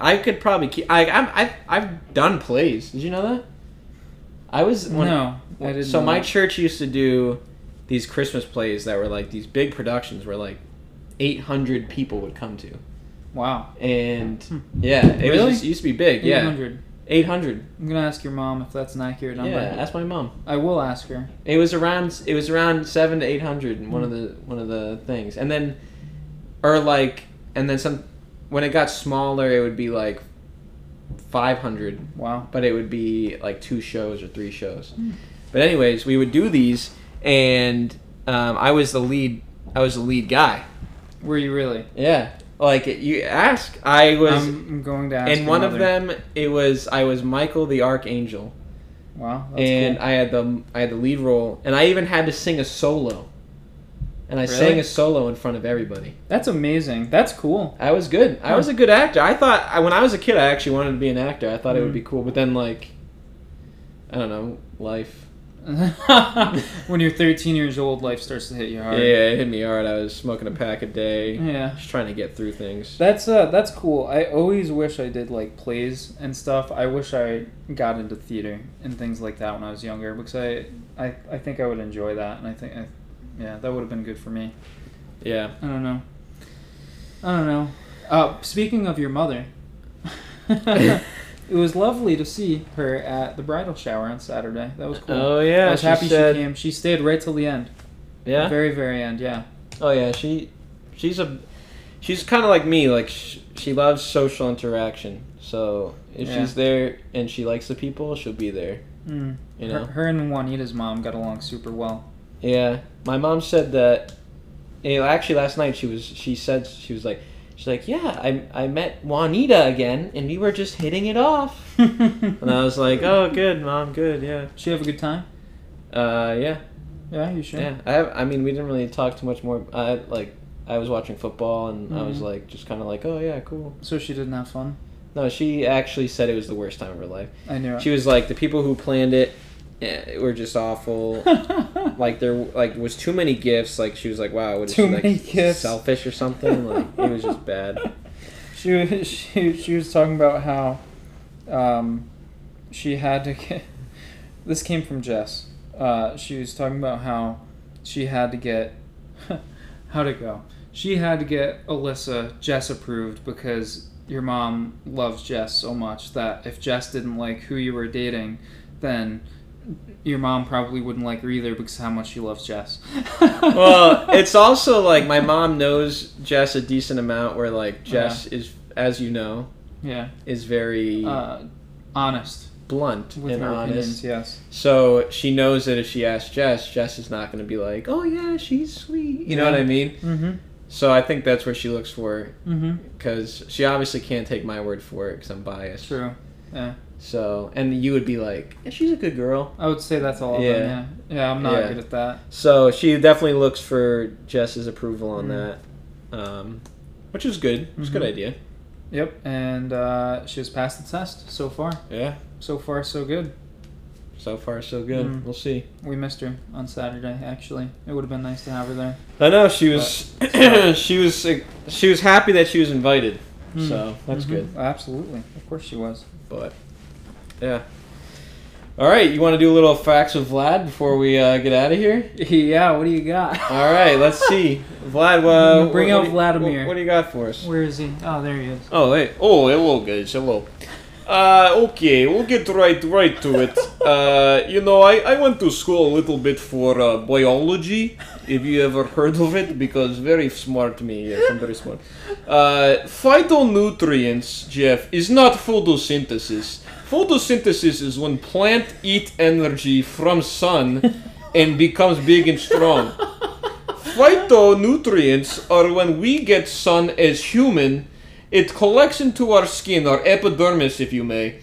Speaker 1: I could probably keep. I, I'm I've I've done plays. Did you know that? I was when,
Speaker 2: no. I didn't.
Speaker 1: so
Speaker 2: know
Speaker 1: my
Speaker 2: that.
Speaker 1: church used to do these Christmas plays that were like these big productions where like 800 people would come to,
Speaker 2: wow.
Speaker 1: and
Speaker 2: Hmm.
Speaker 1: yeah, it
Speaker 2: Really?
Speaker 1: was just, used to be big. Yeah,
Speaker 2: 800.
Speaker 1: 800.
Speaker 2: I'm gonna ask your mom if that's an accurate number.
Speaker 1: Yeah, ask my mom.
Speaker 2: I will ask her.
Speaker 1: It was around it was around seven to eight hundred in one of
Speaker 2: Hmm.
Speaker 1: the one of the things, and then, or like, and then some. When it got smaller, it would be like five hundred,
Speaker 2: Wow.
Speaker 1: but it would be like two shows or three shows. But anyways, we would do these, and um, I was the lead. I was the lead guy.
Speaker 2: Were you really?
Speaker 1: Yeah, like you ask, I was.
Speaker 2: I'm, I'm going to ask.
Speaker 1: in
Speaker 2: your
Speaker 1: one of
Speaker 2: mother.
Speaker 1: them, it was I was Michael the Archangel,
Speaker 2: Wow. That's
Speaker 1: and
Speaker 2: cool.
Speaker 1: I had the I had the lead role, and I even had to sing a solo. And I
Speaker 2: Really?
Speaker 1: sang a solo in front of everybody.
Speaker 2: that's amazing. That's cool.
Speaker 1: I was good. I
Speaker 2: Huh.
Speaker 1: was a good actor. I thought I, when I was a kid, I actually wanted to be an actor. I thought it
Speaker 2: Mm.
Speaker 1: would be cool, but then like, I don't know, life.
Speaker 2: when you're 13 years old, life starts to hit you hard.
Speaker 1: Yeah, it hit me hard. I was smoking a pack a day,
Speaker 2: Yeah.
Speaker 1: just trying to get through things.
Speaker 2: That's uh, that's cool. I always wish I did like plays and stuff. I wish I got into theater and things like that when I was younger because I, I, I think I would enjoy that and I think, I, yeah, that would have been good for me.
Speaker 1: Yeah,
Speaker 2: I don't know. I don't know. Uh, speaking of your mother, it was lovely to see her at the bridal shower on Saturday. That was cool.
Speaker 1: Oh, yeah,
Speaker 2: I was
Speaker 1: she
Speaker 2: happy
Speaker 1: said-
Speaker 2: she came. She stayed right till the end.
Speaker 1: yeah.
Speaker 2: very very end. Yeah,
Speaker 1: Oh yeah, she, she's a, she's kind of like me. Like sh- she loves social interaction. So if
Speaker 2: Yeah.
Speaker 1: she's there and she likes the people, she'll be there.
Speaker 2: mm.
Speaker 1: You know.
Speaker 2: her, her and Juanita's mom got along super well.
Speaker 1: Yeah, my mom said that. You know, actually, last night she was. She said she was like, she's like, yeah, I I met Juanita again, and we were just hitting it off. And I was like, oh, good, mom, good, yeah.
Speaker 2: She have a good time?
Speaker 1: Uh, yeah,
Speaker 2: Yeah, you sure?
Speaker 1: yeah. I have, I mean, we didn't really talk too much more. I like, I was watching football, and I was
Speaker 2: Mhm.
Speaker 1: like, just kind of like, oh yeah, cool.
Speaker 2: So she didn't have fun.
Speaker 1: No, she actually said it was the worst time of her life.
Speaker 2: I knew it.
Speaker 1: She was like, the people who planned it eh, were just awful. like there like was too many gifts. Like she was like, wow, what is
Speaker 2: Too
Speaker 1: she, like,
Speaker 2: many gifts.
Speaker 1: selfish or something? Like it was just bad.
Speaker 2: she was she she was talking about how, um, she had to get. This came from Jess. Uh, she was talking about how she had to get. how'd it go? She had to get Alyssa Jess approved because your mom loves Jess so much that if Jess didn't like who you were dating, then your mom probably wouldn't like her either because how much she loves Jess.
Speaker 1: Well, it's also like my mom knows Jess a decent amount. Where like Jess is, as you know,
Speaker 2: yeah.
Speaker 1: is very
Speaker 2: Uh-huh. Uh, honest
Speaker 1: blunt
Speaker 2: with
Speaker 1: and
Speaker 2: her
Speaker 1: honest.
Speaker 2: opinions, yes.
Speaker 1: So she knows that if she asks Jess, Jess is not going to be like, oh yeah, she's sweet. You know
Speaker 2: Yeah.
Speaker 1: what I mean?
Speaker 2: Mm-hmm.
Speaker 1: So I think that's where she looks for
Speaker 2: Mm-hmm.
Speaker 1: because she obviously can't take my word for it because I'm biased.
Speaker 2: True. Yeah.
Speaker 1: So, and you would be like, yeah, she's a good girl.
Speaker 2: I would say that's all
Speaker 1: Yeah.
Speaker 2: of them, yeah. Yeah, I'm not
Speaker 1: Yeah.
Speaker 2: good at that.
Speaker 1: So she definitely looks for Jess's approval on
Speaker 2: Mm.
Speaker 1: that, um, which is good. It's a good
Speaker 2: Mhm.
Speaker 1: idea.
Speaker 2: Yep. And uh, she has passed the test so far.
Speaker 1: Yeah.
Speaker 2: So far, so good.
Speaker 1: So far, so good.
Speaker 2: Mm.
Speaker 1: We'll see.
Speaker 2: We missed her on Saturday, actually. It would have been nice to have her there.
Speaker 1: I know she was, she was, uh, she was happy that she was invited.
Speaker 2: Mm.
Speaker 1: So that's
Speaker 2: Mhm.
Speaker 1: good.
Speaker 2: Absolutely. Of course she was.
Speaker 1: But yeah. All right, you want to do a little facts with Vlad before we uh, get out of here?
Speaker 2: yeah, what do you got?
Speaker 1: All right, let's see, Vlad. Uh, what-
Speaker 2: Bring out
Speaker 1: what do you-
Speaker 2: Vladimir.
Speaker 1: What, what do you got for us?
Speaker 2: Where is he? Oh, there he is.
Speaker 1: Oh, hey. Oh, hello, guys. Hello. Uh, okay, we'll get right right to it. Uh, you know, I, I went to school a little bit for uh, biology, if you ever heard of it, because very smart me. Yes, I'm very smart. Uh, phytonutrients, Jeff, is not photosynthesis. Photosynthesis is when plant eat energy from sun and becomes big and strong. Phytonutrients are when we get sun as human, it collects into our skin, our epidermis, if you may,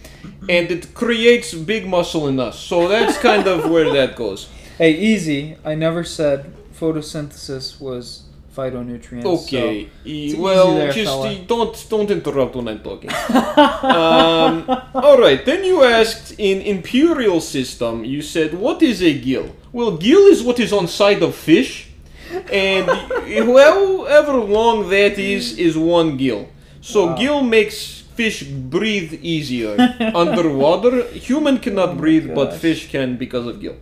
Speaker 1: and it creates big muscle in us. So that's kind of where that goes.
Speaker 2: Hey, easy. I never said photosynthesis was phytonutrients. so-
Speaker 1: Okay. E,
Speaker 2: easy
Speaker 1: well,
Speaker 2: there,
Speaker 1: just
Speaker 2: fella.
Speaker 1: uh, don't don't interrupt when I'm talking. um, all right. Then you asked in imperial system. You said, "What is a gill?" Well, gill is what is on side of fish, and however long that is is one gill. So
Speaker 2: Wow.
Speaker 1: gill makes fish breathe easier underwater. Human cannot breathe, but
Speaker 2: Oh gosh.
Speaker 1: fish can because of gill.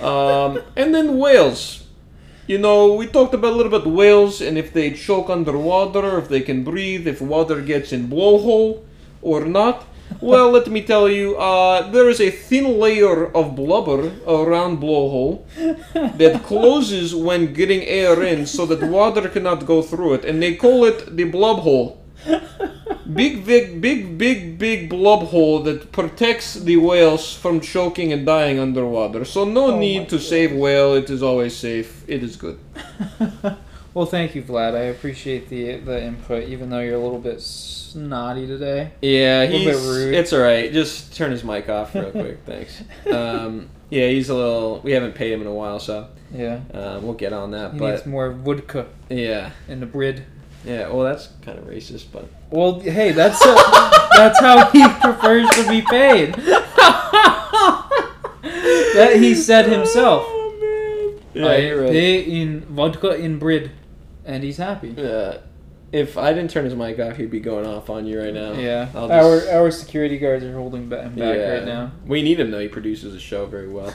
Speaker 1: Um, and then whales. You know, we talked about a little bit whales and if they choke underwater, if they can breathe, if water gets in blowhole or not. Well, let me tell you, uh, there is a thin layer of blubber around blowhole that closes when getting air in so that water cannot go through it, and they call it the blub hole. Big, big, big, big, big blob hole that protects the whales from choking and dying underwater. So no
Speaker 2: Oh my
Speaker 1: need to save whale. It is always safe. It is good.
Speaker 2: Well, thank you, Vlad. I appreciate the the input, even though you're a little bit snotty today.
Speaker 1: Yeah,
Speaker 2: little
Speaker 1: he's.
Speaker 2: bit rude.
Speaker 1: It's all right. Just turn his mic off real quick. Thanks. Um, yeah, he's a little. We haven't paid him in a while, so
Speaker 2: Yeah,
Speaker 1: uh, we'll get on that.
Speaker 2: he
Speaker 1: but
Speaker 2: needs more woodcut
Speaker 1: yeah,
Speaker 2: in the bread.
Speaker 1: yeah. Well, that's kind of racist, but
Speaker 2: Well, hey, that's uh that's how he prefers to be paid. that he said himself.
Speaker 1: Oh, Yeah,
Speaker 2: I
Speaker 1: you're right.
Speaker 2: pay in vodka in bread, and he's happy.
Speaker 1: Yeah. If I didn't turn his mic off, he'd be going off on you right now.
Speaker 2: Yeah,
Speaker 1: I'll just-
Speaker 2: our our security guards are holding ba- him back
Speaker 1: Yeah.
Speaker 2: right now.
Speaker 1: We need him though. He produces the show very well.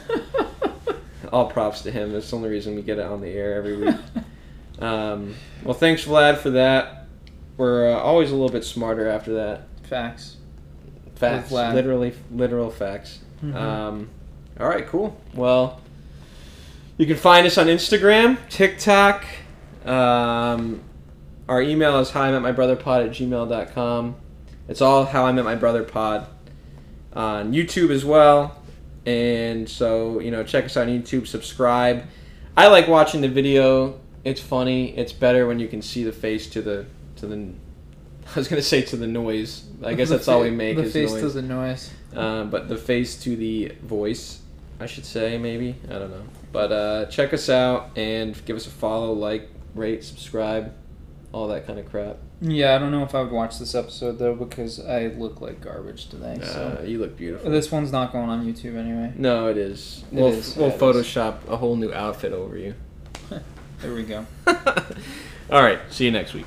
Speaker 1: All props to him. That's the only reason we get it on the air every week. um, well, thanks Vlad for that. We're uh, always a little bit smarter after that.
Speaker 2: Facts.
Speaker 1: Facts,
Speaker 2: Vlad.
Speaker 1: literally, literal facts.
Speaker 2: Mhm.
Speaker 1: Um, all right, cool. Well, you can find us on Instagram, TikTok. Um, our email is hi I met my brother pod at gmail.com. It's all how I met my brother pod on YouTube as well. And so, you know, check us out on YouTube, subscribe. I like watching the video. It's funny. It's better when you can see the face to the to the I was gonna say to the noise. I guess
Speaker 2: The
Speaker 1: that's all we
Speaker 2: fa-
Speaker 1: make
Speaker 2: The
Speaker 1: is
Speaker 2: face
Speaker 1: noise.
Speaker 2: to the noise.
Speaker 1: Uh, but the face to the voice, I should say, maybe. I don't know. But uh, check us out and give us a follow, like, rate, subscribe, all that kind of crap.
Speaker 2: Yeah, I don't know if I would watch this episode though because I look like garbage today. So
Speaker 1: Uh, you look beautiful.
Speaker 2: this one's not going on YouTube anyway.
Speaker 1: No, it is.
Speaker 2: It
Speaker 1: we'll
Speaker 2: is,
Speaker 1: we'll
Speaker 2: yeah, it is.
Speaker 1: Photoshop a whole new outfit over you.
Speaker 2: There we go.
Speaker 1: all right. See you next week.